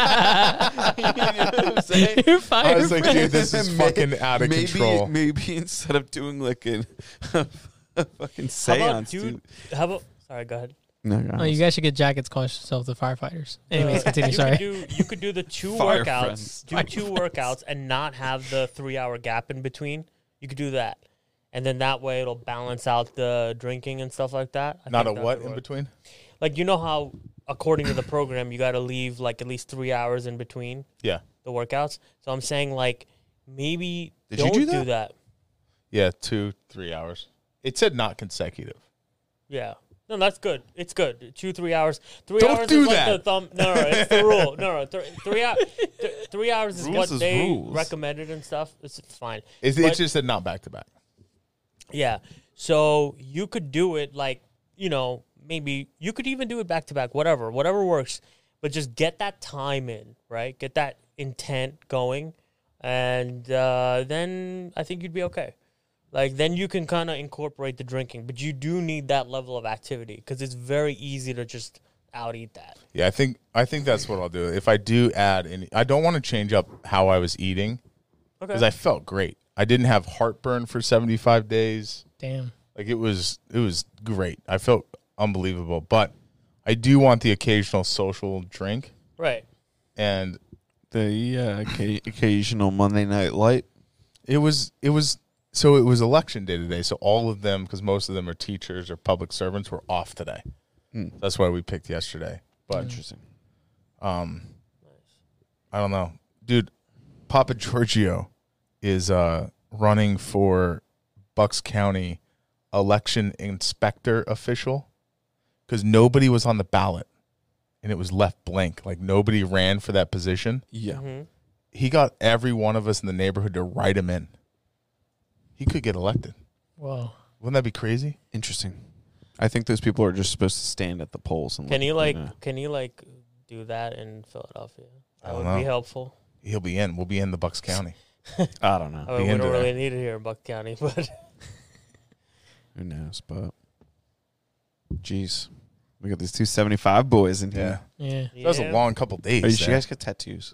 Speaker 4: fired.
Speaker 3: I was like, dude, this is
Speaker 1: May-
Speaker 3: fucking out of
Speaker 1: maybe,
Speaker 3: control.
Speaker 1: Maybe instead of doing like an, a fucking
Speaker 2: how about,
Speaker 1: seance,
Speaker 2: dude,
Speaker 1: dude.
Speaker 2: How about? Sorry, go ahead.
Speaker 1: No, no,
Speaker 4: Oh, you guys should get jackets cost yourself the firefighters. Anyways,
Speaker 2: Uh,
Speaker 4: continue.
Speaker 2: you
Speaker 4: Sorry.
Speaker 2: Could do, you could do the two
Speaker 1: Fire friends.
Speaker 2: workouts, do two workouts, and not have the three-hour gap in between. You could do that, and then that way it'll balance out the drinking and stuff like that. I
Speaker 3: Not a
Speaker 2: think that
Speaker 3: what
Speaker 2: could
Speaker 3: in
Speaker 2: work.
Speaker 3: between.
Speaker 2: Like you know how, according to the program, you got to leave like at least three hours in between
Speaker 3: Yeah,
Speaker 2: the workouts. So I'm saying like maybe
Speaker 1: Did you
Speaker 2: don't
Speaker 1: do
Speaker 2: do
Speaker 1: that?
Speaker 2: that.
Speaker 3: yeah, two, three hours. It said not consecutive.
Speaker 2: Yeah. No, that's good. It's good. Two, three hours. 3
Speaker 3: Don't
Speaker 2: hours
Speaker 3: do
Speaker 2: is
Speaker 3: that.
Speaker 2: like the thumb. No, no, it's the rule. No, no, th- three hours. three hours is
Speaker 1: Rules
Speaker 2: what
Speaker 1: is
Speaker 2: they
Speaker 1: rules.
Speaker 2: recommended and stuff. It's fine.
Speaker 3: It,
Speaker 2: But-
Speaker 3: it just said not back to back.
Speaker 2: yeah. So you could do it like you know maybe you could even do it back to back. Whatever, whatever works. But just get that time in, right? Get that intent going, and uh, then I think you'd be okay. Like then you can kind of incorporate the drinking, but you do need that level of activity because it's very easy to just out eat that.
Speaker 3: Yeah, I think I think that's what I'll do. If I do add any, I don't want to change up how I was eating because I felt great. I didn't have heartburn for 75 days.
Speaker 4: Damn.
Speaker 3: Like it was it was great. I felt unbelievable, but I do want the occasional social drink
Speaker 2: Right.
Speaker 3: and
Speaker 1: the uh, occa- occasional Monday Night Light.
Speaker 3: it was it was so it was election day today. So all of them cuz most of them are teachers or public servants were off today. That's why we picked yesterday. But
Speaker 1: Interesting.
Speaker 3: Um, I don't know, dude. Papa Giorgio is uh, running for Bucks County election inspector official because nobody was on the ballot and it was left blank. Like nobody ran for that position.
Speaker 1: Yeah.
Speaker 2: Mm-hmm.
Speaker 3: He got every one of us in the neighborhood to write him in. He could get elected.
Speaker 4: Whoa.
Speaker 3: Wouldn't that be crazy?
Speaker 1: Interesting. I think those people are just supposed to stand at the uh, polls and
Speaker 2: Can
Speaker 1: look,
Speaker 2: you like
Speaker 1: know.
Speaker 2: can you like do that in Philadelphia? That
Speaker 3: don't
Speaker 2: would
Speaker 3: know.
Speaker 2: be helpful.
Speaker 3: He'll be in. We'll be in the Bucks County.
Speaker 1: I don't know.
Speaker 2: I mean,
Speaker 3: Be
Speaker 2: we
Speaker 3: into
Speaker 2: don't
Speaker 3: that.
Speaker 2: really need it here in Buck County, but
Speaker 1: Who knows? But jeez, we got these two seventy five boys in
Speaker 3: Yeah,
Speaker 1: here.
Speaker 4: Yeah.
Speaker 3: that was a
Speaker 2: Yeah.
Speaker 3: long couple days.
Speaker 1: Are you, you
Speaker 3: there.
Speaker 1: guys got tattoos?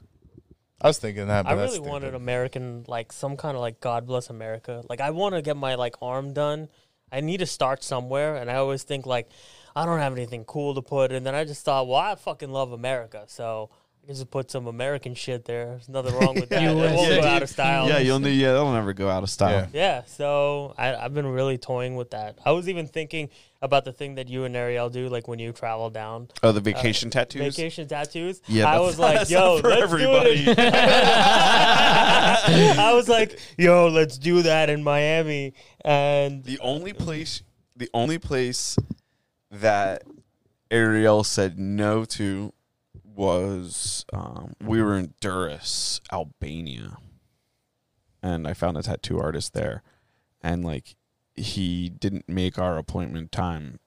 Speaker 3: I was thinking that. But
Speaker 2: I
Speaker 3: that's
Speaker 2: really
Speaker 3: stupid.
Speaker 2: wanted American, like some kind of like God bless America. Like I want to get my like arm done. I need to start somewhere, and I always think like I don't have anything cool to put, and then I just thought, well, I fucking love America, so I can just put some American shit there. There's nothing wrong with that. it won't
Speaker 4: USA.
Speaker 2: go out of style.
Speaker 1: Yeah, you'll need. Yeah, that'll never go out of style.
Speaker 2: Yeah, so I, I've been really toying with that. I was even thinking about the thing that you and Ariel do, like when you travel down
Speaker 1: Oh, the vacation tattoos.
Speaker 2: vacation tattoos.
Speaker 1: Yeah,
Speaker 2: I
Speaker 1: that's-
Speaker 2: was like,
Speaker 1: that's
Speaker 2: yo,
Speaker 1: not for
Speaker 2: let's do it. in-" I was like, yo, let's do that in Miami. And
Speaker 1: The only place, the only place that Ariel said no to was um, we were in Durres, Albania, and I found a tattoo artist there, and like he didn't make our appointment time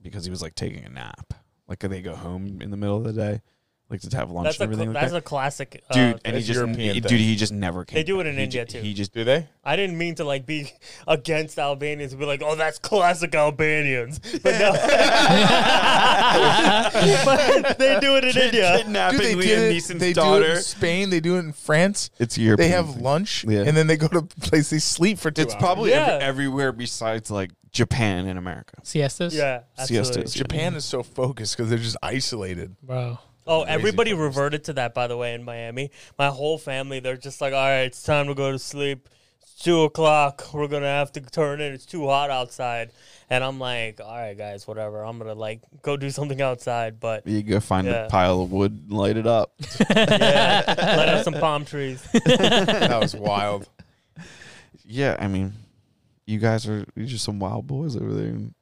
Speaker 1: because he was like taking a nap. Like they go home in the middle of the day, like to have lunch
Speaker 2: that's a
Speaker 1: and everything.
Speaker 2: cl-
Speaker 1: like
Speaker 2: that's
Speaker 1: that.
Speaker 2: a classic, uh,
Speaker 1: dude, and
Speaker 2: thing.
Speaker 1: he
Speaker 3: That's
Speaker 1: just
Speaker 3: European
Speaker 1: dude,
Speaker 3: thing.
Speaker 1: he just never came.
Speaker 2: They do it
Speaker 1: back.
Speaker 2: in
Speaker 1: He
Speaker 2: India,
Speaker 1: ju-
Speaker 2: too.
Speaker 1: He just
Speaker 3: Do they?
Speaker 2: I didn't mean to like be against Albanians and be like, oh, that's classic Albanians, but no, but they do it in India.
Speaker 1: kidnapping
Speaker 3: Dude, they
Speaker 1: Liam
Speaker 3: did it-
Speaker 1: Neeson's
Speaker 3: they do it
Speaker 1: daughter.
Speaker 3: in Spain. They do it in France.
Speaker 1: It's European.
Speaker 3: they have
Speaker 1: thing.
Speaker 3: lunch
Speaker 1: Yeah.
Speaker 3: and then they go to a place they sleep for two
Speaker 1: It's
Speaker 3: hours.
Speaker 1: probably
Speaker 2: Yeah.
Speaker 1: ev- everywhere besides like Japan and America.
Speaker 4: Siestas?
Speaker 2: Yeah,
Speaker 1: Siestas.
Speaker 2: absolutely.
Speaker 3: Japan is so focused because they're just isolated.
Speaker 4: Bro.
Speaker 2: Oh, everybody reverted to that, by the way, in Miami. My whole family, they're just like, all right, it's time to go to sleep. It's two o'clock. We're going to have to turn in. It's too hot outside. And I'm like, all right, guys, whatever. I'm going to like go do something outside. But
Speaker 1: You go find
Speaker 2: Yeah.
Speaker 1: a pile of wood and light it up.
Speaker 2: yeah, let out some palm trees.
Speaker 3: that was wild.
Speaker 1: yeah, I mean, you guys are you're just some wild boys over there in-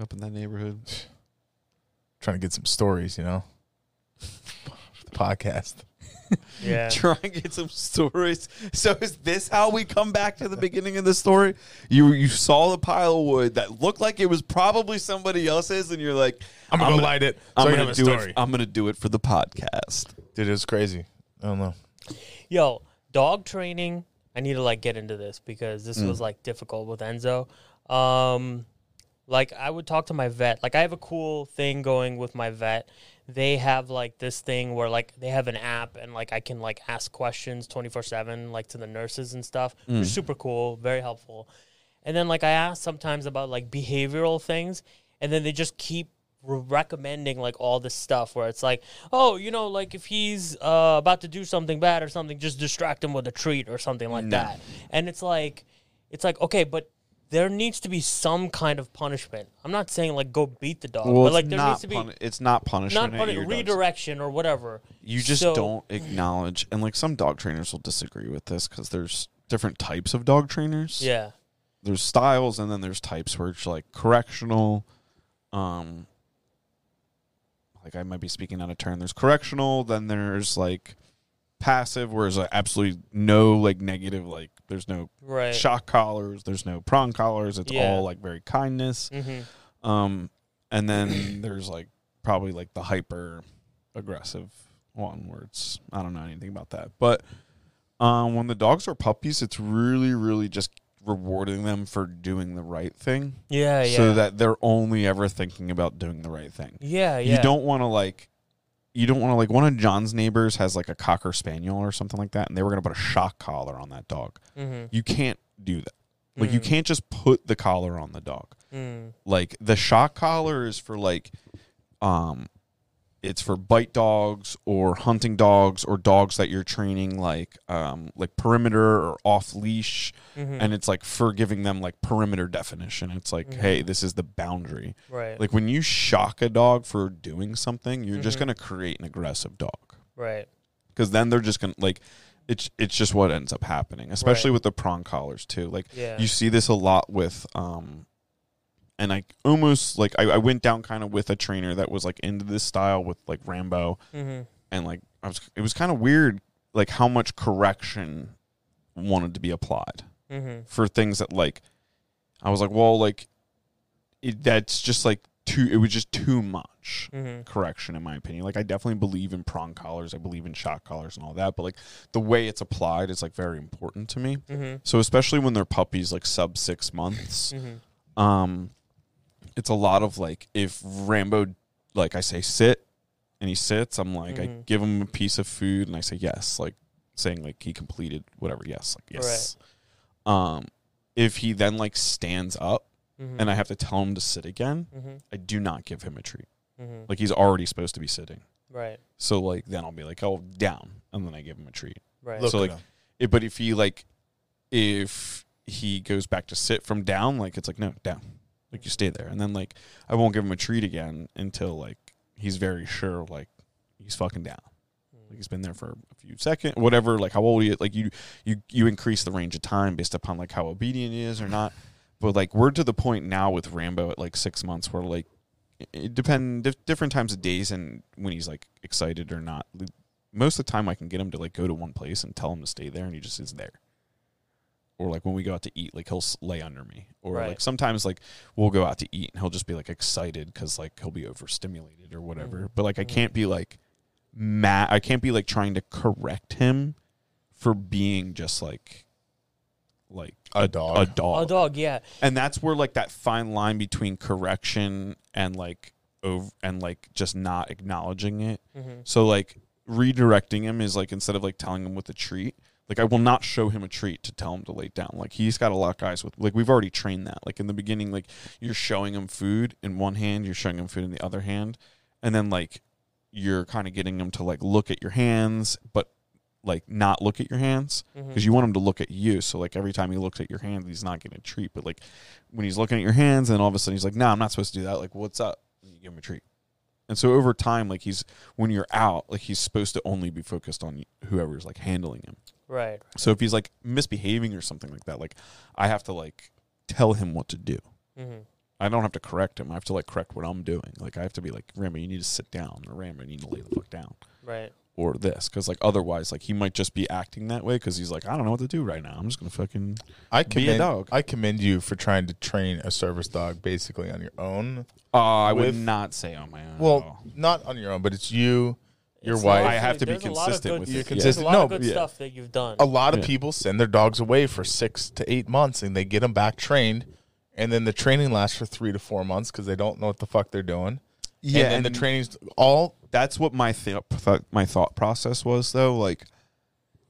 Speaker 1: up in that neighborhood.
Speaker 3: Trying to get some stories, you know. The podcast.
Speaker 2: Yeah.
Speaker 1: Try and get some stories. So is this how we come back to the beginning of the story? You you saw the pile of wood that looked like it was probably somebody else's, and you're like,
Speaker 3: I'm gonna,
Speaker 1: gonna-
Speaker 3: light it. So
Speaker 1: I'm
Speaker 3: I
Speaker 1: gonna
Speaker 3: have a
Speaker 1: do
Speaker 3: story.
Speaker 1: it. I'm gonna do it for the podcast.
Speaker 3: Dude, it was crazy. I don't know.
Speaker 2: Yo, dog training. I need to like get into this because this was like difficult with Enzo. Um, like I would talk to my vet. Like I have a cool thing going with my vet. They have like this thing where like they have an app and like I can like ask questions 24/7 like to the nurses and stuff. Which is super cool, very helpful. And then like I ask sometimes about like behavioral things and then they just keep re- recommending like all this stuff where it's like, "Oh, you know, like if he's uh, about to do something bad or something, just distract him with a treat or something like that." And it's like it's like, "Okay, but there needs to be some kind of punishment. I'm not saying like go beat the dog,
Speaker 1: Well,
Speaker 2: but
Speaker 1: it's,
Speaker 2: like there
Speaker 1: not
Speaker 2: needs to be
Speaker 1: puni- it's not punishment.
Speaker 2: not
Speaker 1: at
Speaker 2: puni-
Speaker 1: your dog's-
Speaker 2: redirection or whatever.
Speaker 1: You just
Speaker 2: So-
Speaker 1: don't acknowledge, and like some dog trainers will disagree with this because there's different types of dog trainers.
Speaker 2: Yeah.
Speaker 1: There's styles, and then there's types where it's like correctional. Um, like I might be speaking out of turn. There's correctional, then there's like passive, where there's like absolutely no like negative, like there's no
Speaker 2: Right.
Speaker 1: shock collars, there's no prong collars. It's
Speaker 2: Yeah.
Speaker 1: all like very kindness.
Speaker 2: hmm
Speaker 1: Um, and then there's like probably like the hyper aggressive one where it's I don't know anything about that. But um, when the dogs are puppies, it's really, really just rewarding them for doing the right thing.
Speaker 2: Yeah. Yeah.
Speaker 1: So that they're only ever thinking about doing the right thing.
Speaker 2: yeah. Uh, Yeah.
Speaker 1: You don't want to like you don't want to like one of John's neighbors has like a cocker spaniel or something like that, and they were gonna put a shock collar on that dog.
Speaker 2: Mm-hmm.
Speaker 1: You can't do that. Like you can't just put the collar on the dog
Speaker 2: Mm.
Speaker 1: like the shock collar is for like um it's for bite dogs or hunting dogs or dogs that you're training like um like perimeter or off leash
Speaker 2: Mhm.
Speaker 1: and it's like for giving them like perimeter definition it's like hey this is the boundary
Speaker 2: Right.
Speaker 1: like when you shock a dog for doing something you're just going to create an aggressive dog
Speaker 2: right.
Speaker 1: because then they're just gonna like it's it's just what ends up happening especially
Speaker 2: Right.
Speaker 1: with the prong collars too like
Speaker 2: Yeah.
Speaker 1: you see this a lot with um and i almost like i, I went down kind of with a trainer that was like into this style with like rambo
Speaker 2: Mm-hmm.
Speaker 1: and like i was it was kind of weird like how much correction wanted to be applied
Speaker 2: Mm-hmm.
Speaker 1: for things that like i was like well like it, that's just like too it was just too much
Speaker 2: Mm-hmm.
Speaker 1: correction in my opinion. Like I definitely believe in prong collars, I believe in shock collars and all that, but like the way it's applied is like very important to me.
Speaker 2: Mm-hmm.
Speaker 1: So especially when they're puppies like sub 6 months,
Speaker 2: Mm-hmm.
Speaker 1: um it's a lot of like if Rambo like I say sit and he sits, I'm like I
Speaker 2: Mhm.
Speaker 1: give him a piece of food and I say yes, like saying like he completed whatever yes, like yes. Um if he then like stands up
Speaker 2: Mm-hmm.
Speaker 1: and I have to tell him to sit again,
Speaker 2: Mm-hmm.
Speaker 1: I do not give him a treat.
Speaker 2: Mm-hmm.
Speaker 1: Like he's already supposed to be sitting.
Speaker 2: Right.
Speaker 1: So like then I'll be like, oh down, and then I give him a treat.
Speaker 2: Right.
Speaker 3: Look
Speaker 1: So,
Speaker 3: at
Speaker 1: like,
Speaker 3: him.
Speaker 1: It, but if he like, if he goes back to sit from down, like it's like no down, like you stay there, and then like I won't give him a treat again until like he's very sure like he's fucking down.
Speaker 2: Mm-hmm. Mm.
Speaker 1: Like he's been there for a few seconds, whatever. Like how old he is. Like you, you, you increase the range of time based upon like how obedient he is or not. But like we're to the point now with Rambo at like six months where like it- it depend dif- different times of days and when he's like excited or not. Like, Most of the time I can get him to like go to one place and tell him to stay there, and he just is there. Or like when we go out to eat, like he'll s- lay under me. Or
Speaker 2: Right.
Speaker 1: like sometimes like we'll go out to eat and he'll just be like excited because like he'll be overstimulated or whatever. But
Speaker 3: Mm.
Speaker 1: like I can't be like mad. I can't be like trying to correct him for being just like like
Speaker 3: A dog.
Speaker 1: a dog.
Speaker 2: A Oh, dog. Yeah.
Speaker 1: And that's where like that fine line between correction and like over and like just not acknowledging it.
Speaker 2: Mm-hmm.
Speaker 1: So like redirecting him is like instead of like telling him with a treat, like I will not show him a treat to tell him to lay down. Like he's got a lot of guys with like we've already trained that. Like in the beginning, like you're showing him food in one hand, you're showing him food in the other hand, and then like you're kind of getting him to like look at your hands, but like not look at your hands
Speaker 2: Mm-hmm.
Speaker 1: because you want him to look at you. So like every time he looks at your hand, he's not getting a treat. But like when he's looking at your hands, and all of a sudden he's like, "No, nah, I'm not supposed to do that." Like, what's up? And you give him a treat. And so over time, like he's when you're out, like he's supposed to only be focused on whoever's like handling him.
Speaker 2: Right.
Speaker 1: So if he's like misbehaving or something like that, like I have to like tell him what to do.
Speaker 2: Mm-hmm.
Speaker 1: I don't have to correct him. I have to like correct what I'm doing. Like I have to be like, Rambo, you need to sit down, or Rambo, you need to lay the fuck down,
Speaker 2: Right.
Speaker 1: or this, because like otherwise, like he might just be acting that way because he's like, I don't know what to do right now. I'm just gonna fucking
Speaker 3: I
Speaker 1: be a
Speaker 3: commend,
Speaker 1: dog.
Speaker 3: I commend you for trying to train a service dog basically on your own.
Speaker 1: Uh, I
Speaker 3: With-
Speaker 1: would not say on my own. at
Speaker 3: Well,
Speaker 1: all.
Speaker 3: not on your own, but it's you Your
Speaker 2: It's
Speaker 3: wife.
Speaker 2: not-
Speaker 1: I have to be
Speaker 2: there's a lot of
Speaker 1: consistent
Speaker 2: good-
Speaker 1: with
Speaker 3: You're
Speaker 1: it.
Speaker 2: There's a
Speaker 3: consistent.
Speaker 2: lot
Speaker 3: No,
Speaker 2: of good
Speaker 3: yeah.
Speaker 2: stuff that you've done.
Speaker 3: a lot of
Speaker 5: Yeah.
Speaker 3: people send their dogs away for six to eight months and they get them back trained and then the training lasts for three to four months because they don't know what the fuck they're doing
Speaker 5: Yeah,
Speaker 3: and, then
Speaker 5: and-
Speaker 3: the training's all
Speaker 1: that's what my th- th- my thought process was though like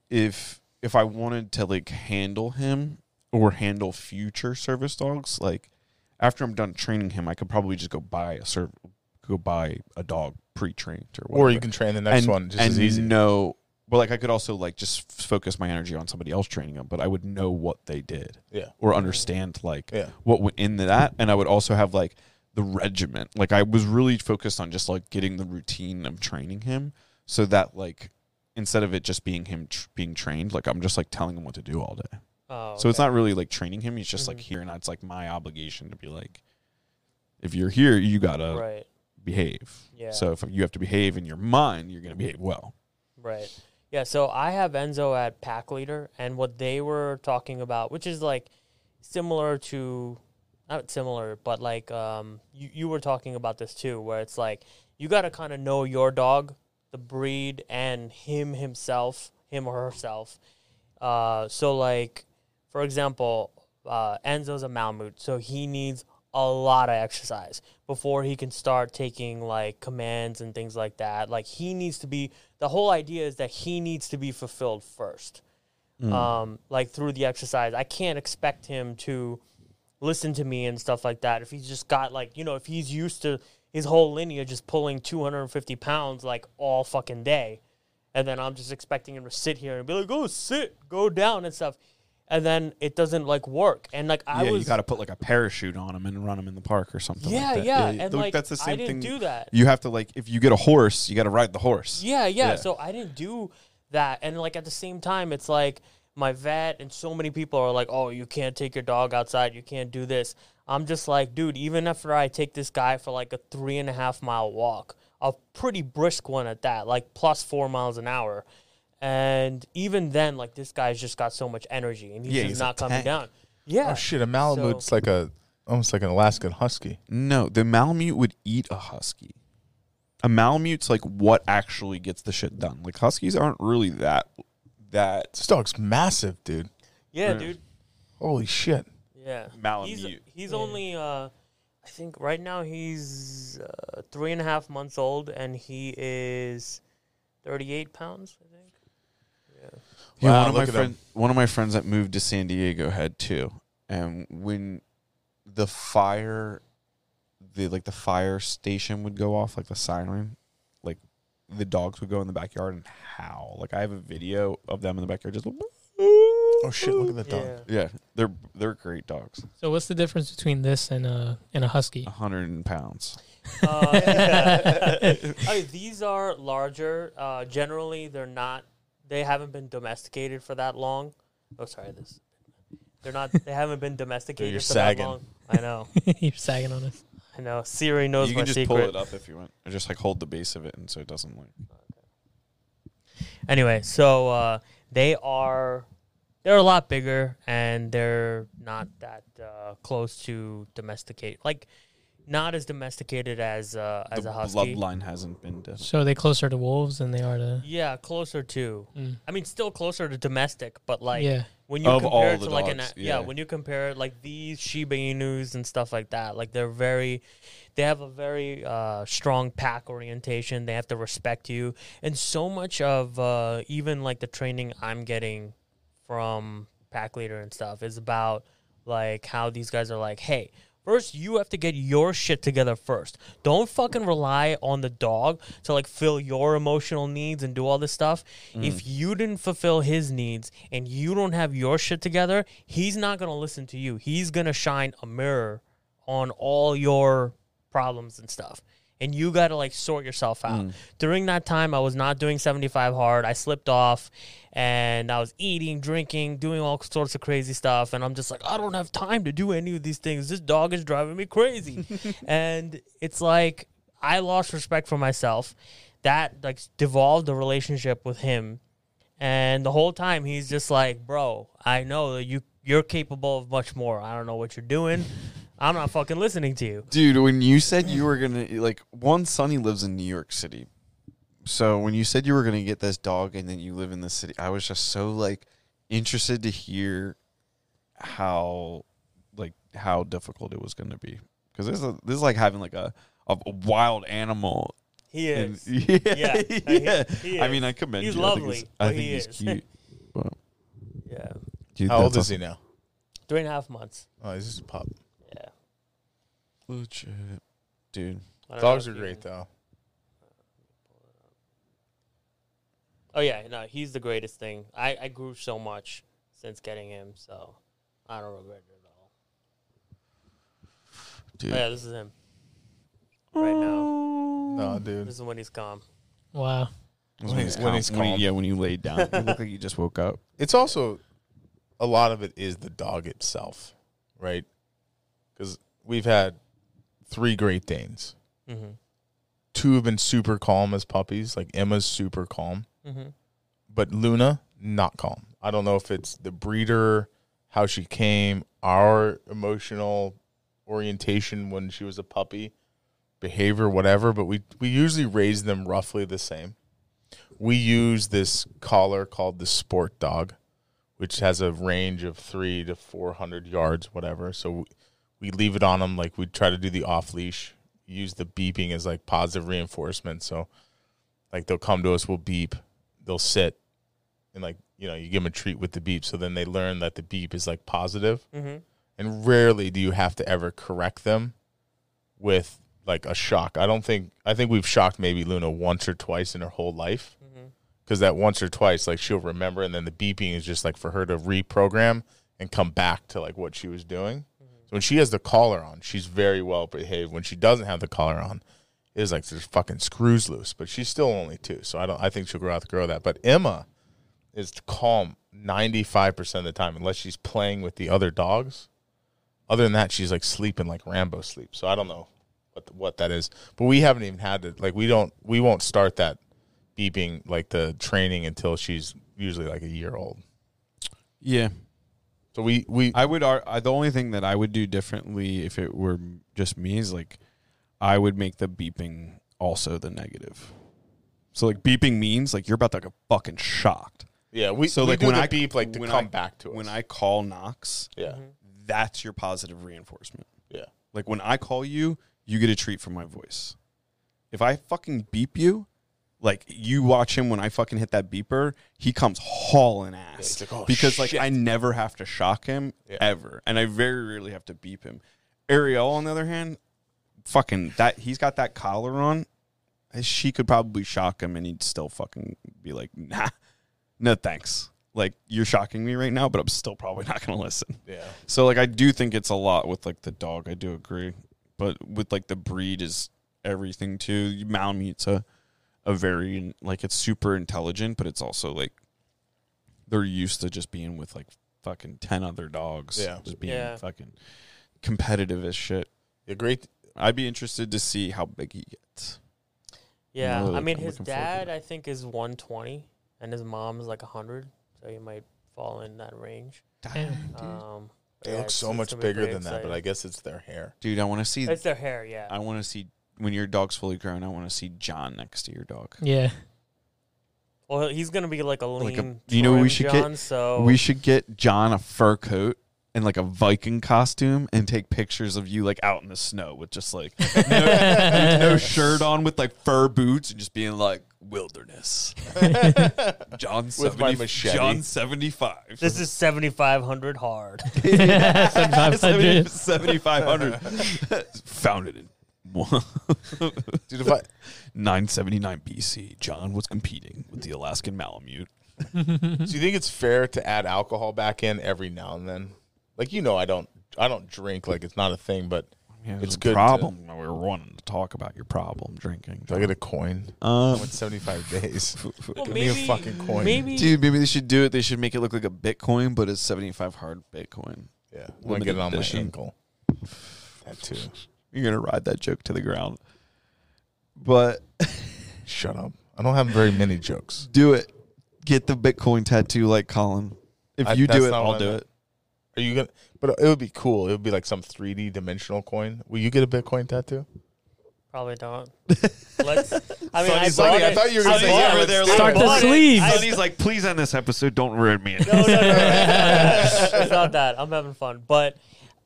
Speaker 1: if if i wanted to like handle him or handle future service dogs like after i'm done training him i could probably just go buy a serv- go buy a dog pre-trained or whatever
Speaker 3: or you can train the next
Speaker 1: and,
Speaker 3: one just
Speaker 1: and
Speaker 3: as easy
Speaker 1: know but like i could also like just f- focus my energy on somebody else training them but i would know what they did
Speaker 3: yeah
Speaker 1: or understand like
Speaker 3: Yeah.
Speaker 1: what went into that and i would also have like the regiment like i was really focused on just like getting the routine of training him so that like instead of it just being him tr- being trained like i'm just like telling him what to do all day
Speaker 2: Oh,
Speaker 1: so it's
Speaker 2: okay.
Speaker 1: not really like training him he's just like
Speaker 2: Mhm.
Speaker 1: here and it's like my obligation to be like if you're here you gotta
Speaker 2: right.
Speaker 1: behave
Speaker 2: Yeah.
Speaker 1: so if you have to behave in your mind you're gonna behave well
Speaker 2: Right. Yeah. So I have Enzo at pack leader, and what they were talking about, which is like similar to, not similar, but like um, you you were talking about this too, where it's like you got to kind of know your dog, the breed, and him himself, him or herself. Uh, so like, for example, uh, Enzo's a Malamute, so he needs a lot of exercise before he can start taking like commands and things like that. Like he needs to be. The whole idea is that he needs to be fulfilled first,
Speaker 1: Mm.
Speaker 2: um, like through the exercise. I can't expect him to listen to me and stuff like that. If he's just got like, you know, if he's used to his whole lineage is pulling 250 pounds like all fucking day, and then I'm just expecting him to sit here and be like, "Go sit, go down and stuff," and then it doesn't like work. And like I
Speaker 1: yeah
Speaker 2: was,
Speaker 1: you gotta put like a parachute on him and run him in the park or something
Speaker 2: yeah,
Speaker 1: like that.
Speaker 2: yeah, and
Speaker 1: look,
Speaker 2: like
Speaker 1: that's the
Speaker 2: I
Speaker 1: same
Speaker 2: didn't
Speaker 1: thing
Speaker 2: do that.
Speaker 1: you have to like if you get a horse, you got to ride the horse.
Speaker 2: Yeah, yeah,
Speaker 1: Yeah.
Speaker 2: So I didn't do that. And like at the same time, it's like my vet and so many people are like, oh, you can't take your dog outside. You can't do this. I'm just like, dude, even after I take this guy for like a three and a half mile walk, a pretty brisk one at that, like plus four miles an hour. And even then, like this guy's just got so much energy and he's
Speaker 1: Yeah,
Speaker 2: just
Speaker 1: he's a
Speaker 2: not coming
Speaker 1: tank.
Speaker 2: down. Yeah.
Speaker 3: oh shit a malamute's like a almost like an alaskan husky
Speaker 1: No, the Malamute would eat a husky. A Malamute's like what actually gets the shit done. Like huskies aren't really that that
Speaker 3: this dog's massive dude
Speaker 2: yeah,
Speaker 1: Mm.
Speaker 2: dude.
Speaker 3: holy shit
Speaker 2: Yeah. He's,
Speaker 1: Malamute.
Speaker 2: he's only, uh, I think right now he's uh, three and a half months old and he is 38 pounds, I think.
Speaker 1: Yeah,
Speaker 3: Wow,
Speaker 1: one of my
Speaker 3: look at
Speaker 1: friend, one of my friends that moved to San Diego had two, and when the fire, the like the fire station would go off, like the siren, like the dogs would go in the backyard and howl. Like I have a video of them in the backyard just.
Speaker 3: oh shit look at that dog
Speaker 1: Yeah, they're they're great dogs.
Speaker 4: So what's the difference between this and a and a husky?
Speaker 3: Oh.
Speaker 1: hundred pounds.
Speaker 2: Uh, okay, these are larger. Uh, generally, they're not. They haven't been domesticated for that long. Oh, sorry, this. They're not. They haven't been domesticated
Speaker 3: you're
Speaker 2: for
Speaker 3: sagging.
Speaker 2: that long. I know.
Speaker 4: You're sagging on us.
Speaker 2: I know. Siri knows
Speaker 1: you
Speaker 2: my
Speaker 1: can just
Speaker 2: secret.
Speaker 1: pull it up if you want, or just like hold the base of it, and so it doesn't like.
Speaker 2: Anyway, so uh, they are they're a lot bigger and they're not that uh, close to domesticate. Like not as domesticated as uh, as
Speaker 1: the
Speaker 2: a husky.
Speaker 1: bloodline hasn't been. Dead.
Speaker 4: So they closer to wolves than they are to.
Speaker 2: Yeah, closer to.
Speaker 4: Mm.
Speaker 2: I mean, still closer to domestic, but like
Speaker 4: yeah.
Speaker 2: when you
Speaker 1: Of all
Speaker 2: compare it
Speaker 1: the
Speaker 2: to like an
Speaker 1: dogs,
Speaker 2: yeah.
Speaker 1: yeah.
Speaker 2: when you compare it like these Shiba Inus and stuff like that, like they're very, they have a very uh, strong pack orientation. They have to respect you, and so much of uh, even like the training I'm getting from pack leader and stuff is about like how these guys are like, hey. First, you have to get your shit together first. Don't fucking rely on the dog to like fill your emotional needs and do all this stuff. If you didn't fulfill his needs and you don't have your shit together, he's not gonna listen to you. He's gonna shine a mirror on all your problems and stuff. And you got to like sort yourself out. During that time, I was not doing 75 hard. I slipped off and I was eating, drinking, doing all sorts of crazy stuff. And I'm just like, I don't have time to do any of these things. This dog is driving me crazy. and it's like, I lost respect for myself. That like devolved the relationship with him and the whole time he's just like, "Bro, I know that you you're capable of much more. I don't know what you're doing. I'm not fucking listening to you."
Speaker 5: Dude, when you said you were gonna like one Sonny lives in New York City, so when you said you were going to get this dog and then you live in the city, I was just so like interested to hear how like how difficult it was going to be because this is this is like having like a a wild animal.
Speaker 2: He
Speaker 5: in-
Speaker 2: is.
Speaker 5: yeah,
Speaker 2: Yeah, he-
Speaker 5: yeah.
Speaker 2: he
Speaker 5: I
Speaker 2: is.
Speaker 5: mean, I commend
Speaker 2: He's
Speaker 5: you.
Speaker 2: lovely,
Speaker 5: I
Speaker 2: but
Speaker 5: think,
Speaker 2: he
Speaker 5: he's,
Speaker 2: is.
Speaker 5: I think he's cute. Well,
Speaker 2: Yeah.
Speaker 5: dude,
Speaker 3: How old
Speaker 5: that's
Speaker 3: is he now?
Speaker 2: Three and a half months.
Speaker 3: Oh, he's just a pup.
Speaker 2: Yeah.
Speaker 5: awesome. Legit. Dude,
Speaker 2: I don't
Speaker 3: Dogs
Speaker 2: know
Speaker 3: are
Speaker 2: if you-
Speaker 3: great though.
Speaker 2: Oh yeah, no, he's the greatest thing. I, I grew so much since getting him, so I don't regret it
Speaker 5: dude.
Speaker 2: at all. Oh, yeah, this is him. Right now.
Speaker 3: No, dude.
Speaker 2: This is when he's calm.
Speaker 4: Wow.
Speaker 5: When
Speaker 3: he's- when he's
Speaker 5: he-
Speaker 3: calm.
Speaker 5: yeah, when you laid down, you look like you just woke up.
Speaker 3: It's also a lot of it is the dog itself, right? Because we've had three Great Danes.
Speaker 2: Mm-hmm.
Speaker 3: Two have been super calm as puppies. Like Emma's super calm,
Speaker 2: Mm-hmm.
Speaker 3: but Luna not calm. I don't know if it's the breeder, how she came, our emotional orientation when she was a puppy, behavior, whatever. But we we usually raise them roughly the same. We use this collar called the sport dog, which has a range of three to four hundred yards, whatever. So we, we leave it on them like we try to do the off leash. Use the beeping as like positive reinforcement. So like they'll come to us, we'll beep, they'll sit, and like you know you give them a treat with the beep. So then they learn that the beep is like positive
Speaker 2: Mm-hmm.
Speaker 3: and rarely do you have to ever correct them with like a shock. I don't think I think we've shocked maybe Luna once or twice in her whole life
Speaker 2: Mm-hmm.
Speaker 3: because that once or twice like she'll remember and then the beeping is just like for her to reprogram and come back to like what she was doing. So when she has the collar on, she's very well behaved. When she doesn't have the collar on, it is like there's fucking screws loose, but she's still only 2. So I don't I think she'll grow out to grow that. But Emma is calm 95% of the time unless she's playing with the other dogs other than that, she's like sleeping like Rambo sleep. So I don't know what the, what that is. But we haven't even had to like we don't we won't start that beeping like the training until she's usually like a year old.
Speaker 5: Yeah,
Speaker 3: So we we
Speaker 1: I would. ar- I, the only thing that I would do differently if it were m- just me is like, I would make the beeping also the negative. So like beeping means like you're about to get fucking shocked.
Speaker 3: yeah we
Speaker 1: So
Speaker 3: we
Speaker 1: like
Speaker 3: do
Speaker 1: when
Speaker 3: the
Speaker 1: I
Speaker 3: beep like to
Speaker 1: when
Speaker 3: come
Speaker 1: I-
Speaker 3: back to us.
Speaker 1: When I call Knox,
Speaker 3: yeah
Speaker 1: that's your positive reinforcement.
Speaker 3: yeah
Speaker 1: Like when I call you, you get a treat from my voice. If I fucking beep you, like you watch him when I fucking hit that beeper, he comes hauling ass
Speaker 3: he's like, "Oh,
Speaker 1: because like
Speaker 3: shit."
Speaker 1: I never have to shock him
Speaker 3: Yeah.
Speaker 1: ever, and I very rarely have to beep him. Ariel, on the other hand, fucking that he's got that collar on. eh, She could probably shock him, and he'd still fucking be like, "Nah, no thanks." Like you're shocking me right now, but I'm still probably not gonna listen.
Speaker 3: yeah.
Speaker 1: So like I do think it's a lot with like the dog. I do agree, but with like the breed is everything too. Malamutes a a very like it's super intelligent, but it's also like they're used to just being with like fucking ten other dogs.
Speaker 3: Yeah.
Speaker 1: just being
Speaker 2: Yeah.
Speaker 1: fucking competitive as shit.
Speaker 3: Yeah, great.
Speaker 1: I'd be interested to see how big he gets.
Speaker 2: Yeah.
Speaker 1: really
Speaker 2: I mean
Speaker 1: looking-
Speaker 2: his
Speaker 1: looking forward to
Speaker 2: dad I think is one twenty and his mom is like hundred, so he might fall in that range.
Speaker 4: Damn.
Speaker 2: Um
Speaker 3: They
Speaker 2: yeah,
Speaker 3: look
Speaker 2: it's-
Speaker 3: so
Speaker 2: it's
Speaker 3: much
Speaker 2: gonna be
Speaker 3: bigger
Speaker 2: pretty
Speaker 3: than that, but I
Speaker 2: exciting.
Speaker 3: guess it's their hair.
Speaker 5: dude, I want to see.
Speaker 2: it's their hair, yeah.
Speaker 1: I want to see when your dog's fully grown. I want to see John next to your dog.
Speaker 4: Yeah.
Speaker 2: Well, he's gonna be like a lean.
Speaker 1: Like a-
Speaker 5: you know what we
Speaker 2: trim
Speaker 5: should get?
Speaker 2: John, So
Speaker 5: We should get John a fur coat and like a Viking costume and take pictures of you like out in the snow with just like no, no shirt on with like fur boots and just being like wilderness. John
Speaker 3: With my
Speaker 5: 70
Speaker 3: machete.
Speaker 5: John seventy five.
Speaker 2: this is seventy five hundred hard.
Speaker 4: 7,500.
Speaker 5: Seventy five hundred. Founded in
Speaker 3: Dude, if I
Speaker 5: 979 BC. John was competing with the Alaskan Malamute.
Speaker 1: Mm-hmm.
Speaker 3: do you think it's fair to add alcohol back in every now and then? Like you know, I don't I don't drink like it's not a thing, but it's good. to-
Speaker 1: problem. we were wanting to talk about your problem drinking.
Speaker 3: do I get a coin?
Speaker 1: Uh,
Speaker 3: I
Speaker 5: Um,
Speaker 3: went 75 days.
Speaker 2: Well,
Speaker 3: Give me a fucking coin.
Speaker 2: Maybe
Speaker 5: dude, maybe they should do it. They should make it look like a Bitcoin, but it's 75 hard Bitcoin.
Speaker 3: Yeah, I'm gonna get it on
Speaker 5: Limited edition.
Speaker 3: my ankle. That too.
Speaker 5: You're going to ride that joke to the ground. But
Speaker 3: Shut up. I don't have very many jokes.
Speaker 5: do it. Get the Bitcoin tattoo like Colin. If
Speaker 3: I-
Speaker 5: you
Speaker 3: that's
Speaker 5: do it,
Speaker 3: not what
Speaker 5: I'll
Speaker 3: I
Speaker 5: do
Speaker 3: meant.
Speaker 5: it.
Speaker 3: Are you gonna? But it would be cool. It would be like some 3D dimensional coin. Will you get a Bitcoin tattoo?
Speaker 2: Probably don't. Let's. I mean, I,
Speaker 3: Sonny, Sonny,
Speaker 2: bought
Speaker 3: I
Speaker 2: it.
Speaker 3: thought you were gonna
Speaker 2: I
Speaker 3: say
Speaker 2: bought
Speaker 3: yeah,
Speaker 2: it.
Speaker 3: but they're
Speaker 2: I
Speaker 3: like-
Speaker 6: Start the
Speaker 2: bought it.
Speaker 6: sleeves.
Speaker 2: I-
Speaker 7: Sonny's like, please end this episode. Don't ruin me.
Speaker 2: no, no, no, no, no, no. It's not that. I'm having fun, but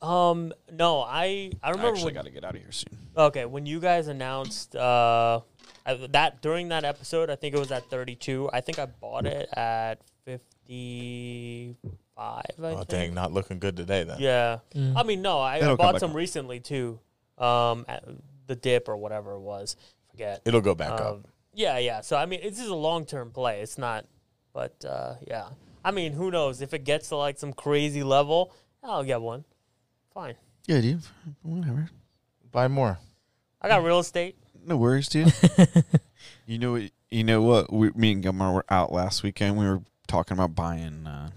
Speaker 2: um, no, I I
Speaker 8: I
Speaker 2: remember
Speaker 8: actually
Speaker 2: when,
Speaker 8: got to get out of here soon.
Speaker 2: okay when you guys announced uh I, that during that episode, I think it was at 32. I think I bought it at 55. I
Speaker 3: Oh
Speaker 2: think.
Speaker 3: dang, not looking good today then.
Speaker 2: Yeah,
Speaker 4: Mm.
Speaker 2: I mean, no, I, I
Speaker 1: That'll come
Speaker 2: bought
Speaker 1: back
Speaker 2: some
Speaker 1: up.
Speaker 2: recently too. Um, at the dip or whatever it was, forget.
Speaker 3: It'll go back up.
Speaker 2: Um, yeah, yeah. So I mean, this is a long term play. It's not, but uh, yeah. I mean, who knows if it gets to like some crazy level? I'll get one. Fine.
Speaker 1: Yeah, dude. Whatever.
Speaker 3: Buy more.
Speaker 2: I got real estate.
Speaker 1: No worries, dude. you know what? You know what? We, me and Gilmar were out last weekend. We were talking about buying. Uh,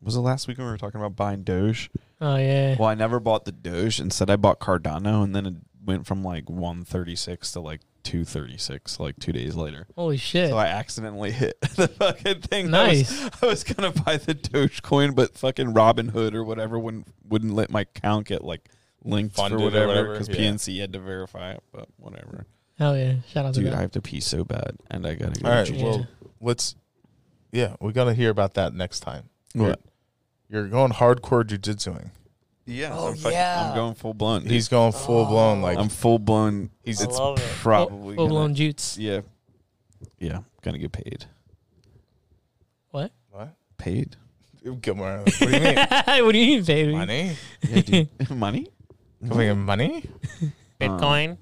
Speaker 1: was it last weekend we were talking about buying Doge?
Speaker 4: Oh yeah.
Speaker 1: Well, I never bought the Doge. Instead, I bought Cardano, and then it went from like one thirty six to like two thirty six, like two days later.
Speaker 4: Holy shit.
Speaker 1: So I accidentally hit the fucking thing. I was- I was, gonna buy the Dogecoin, but fucking Robin Hood or whatever wouldn't wouldn't let my account get like linked
Speaker 3: Funded
Speaker 1: or
Speaker 3: or
Speaker 1: whatever
Speaker 3: whatever,
Speaker 1: because
Speaker 3: yeah.
Speaker 1: PNC had to verify it. But whatever.
Speaker 4: Hell yeah. Shout out to
Speaker 1: Dude, I
Speaker 4: that.
Speaker 1: have to pee so bad, and I gotta go.
Speaker 3: All right.
Speaker 1: to
Speaker 4: Yeah.
Speaker 1: jujitsu.
Speaker 3: Well, let's. Yeah, we gotta hear about that next time.
Speaker 1: What?
Speaker 3: You're going hardcore jujitsuing.
Speaker 1: Yeah.
Speaker 2: Oh,
Speaker 1: I'm fucking-
Speaker 2: yeah.
Speaker 1: I'm going full blown. dude.
Speaker 3: He's going full blown like
Speaker 1: I'm full blown.
Speaker 3: he's.
Speaker 2: I
Speaker 3: It's,
Speaker 2: love it.
Speaker 1: Probably
Speaker 4: Full
Speaker 1: gonna-
Speaker 4: blown jutes.
Speaker 1: Yeah. Yeah. Gonna get paid.
Speaker 3: what?
Speaker 1: Paid.
Speaker 3: Gilmore, what do you mean?
Speaker 4: what do you mean, baby?
Speaker 3: money?
Speaker 1: Yeah, dude. Money.
Speaker 3: Can we get money?
Speaker 2: Bitcoin.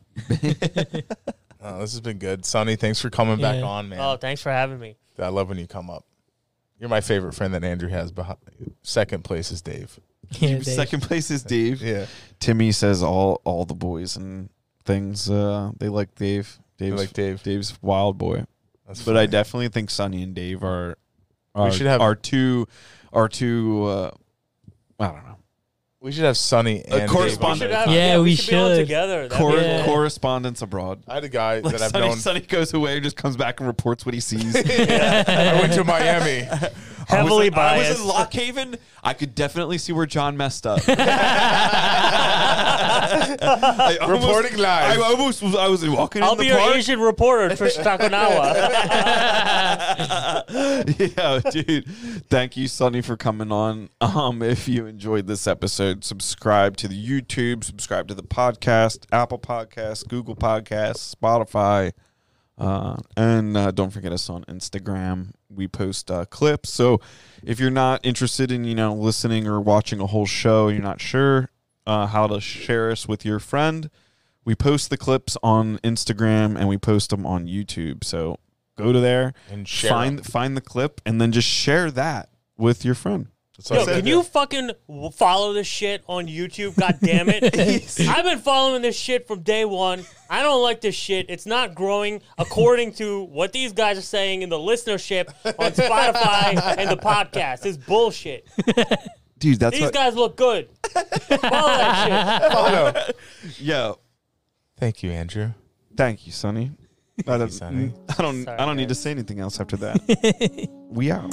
Speaker 3: Oh, this has been good, Sonny. Thanks for coming back
Speaker 4: Yeah.
Speaker 3: on, man.
Speaker 2: oh, thanks for having me.
Speaker 3: I love when you come up. You're my favorite friend that Andrew has. Behind second place is Dave.
Speaker 4: Yeah, Dave.
Speaker 1: Second place is Dave.
Speaker 3: Yeah,
Speaker 1: Timmy says all all the boys and things. Uh, they like Dave. Dave's
Speaker 3: like Dave.
Speaker 1: Dave's wild boy.
Speaker 3: That's
Speaker 1: But I
Speaker 3: funny.
Speaker 1: definitely think Sonny and Dave are. are
Speaker 3: should have-
Speaker 1: our two, our two. Uh, I don't know.
Speaker 3: we should have Sonny and Dave on
Speaker 1: correspondent.
Speaker 3: there.
Speaker 2: Should have-
Speaker 4: Yeah, we
Speaker 2: be on
Speaker 4: should.
Speaker 2: together. That'd
Speaker 1: Cor-
Speaker 2: be-
Speaker 4: Yeah.
Speaker 1: Correspondence abroad.
Speaker 3: I had a guy
Speaker 1: Like
Speaker 3: that I've
Speaker 1: Sonny,
Speaker 3: known.
Speaker 1: Sonny goes away, just comes back and reports what he sees.
Speaker 3: I went to Miami.
Speaker 2: heavily
Speaker 1: I
Speaker 2: biased.
Speaker 1: was in Lock Haven. I could definitely see where John messed up. I almost-
Speaker 3: Reporting
Speaker 1: I
Speaker 3: live.
Speaker 1: almost was. I was walking
Speaker 2: I'll
Speaker 1: in
Speaker 2: be
Speaker 1: the
Speaker 2: your
Speaker 1: park.
Speaker 2: Asian reporter for Stakonawa.
Speaker 1: yeah, dude. Thank you, Sonny, for coming on. Um, if you enjoyed this episode, subscribe to the YouTube, subscribe to the podcast, Apple Podcasts, Google Podcasts, Spotify, uh, and uh, don't forget us on Instagram. We post uh, clips. So if you're not interested in you know listening or watching a whole show, you're not sure uh, how to share us with your friend. We post the clips on Instagram and we post them on YouTube. So go to there
Speaker 3: And share
Speaker 1: find find the clip and then just share that with your friend.
Speaker 3: That's what I
Speaker 2: Yo,
Speaker 3: said.
Speaker 2: can you fucking w- follow this shit on YouTube? God damn it. I've been following this shit from day one. I don't like this shit. It's not growing according to what these guys are saying in the listenership on Spotify and the podcast. It's bullshit.
Speaker 1: Dude, that's
Speaker 2: These guys look good. Follow that shit.
Speaker 1: yo.
Speaker 3: Thank you, Andrew.
Speaker 1: Thank you, Sonny. I don't,
Speaker 3: Sonny.
Speaker 1: I don't,
Speaker 2: Sorry,
Speaker 1: I don't need to
Speaker 2: guys.
Speaker 1: say anything else after that. we out.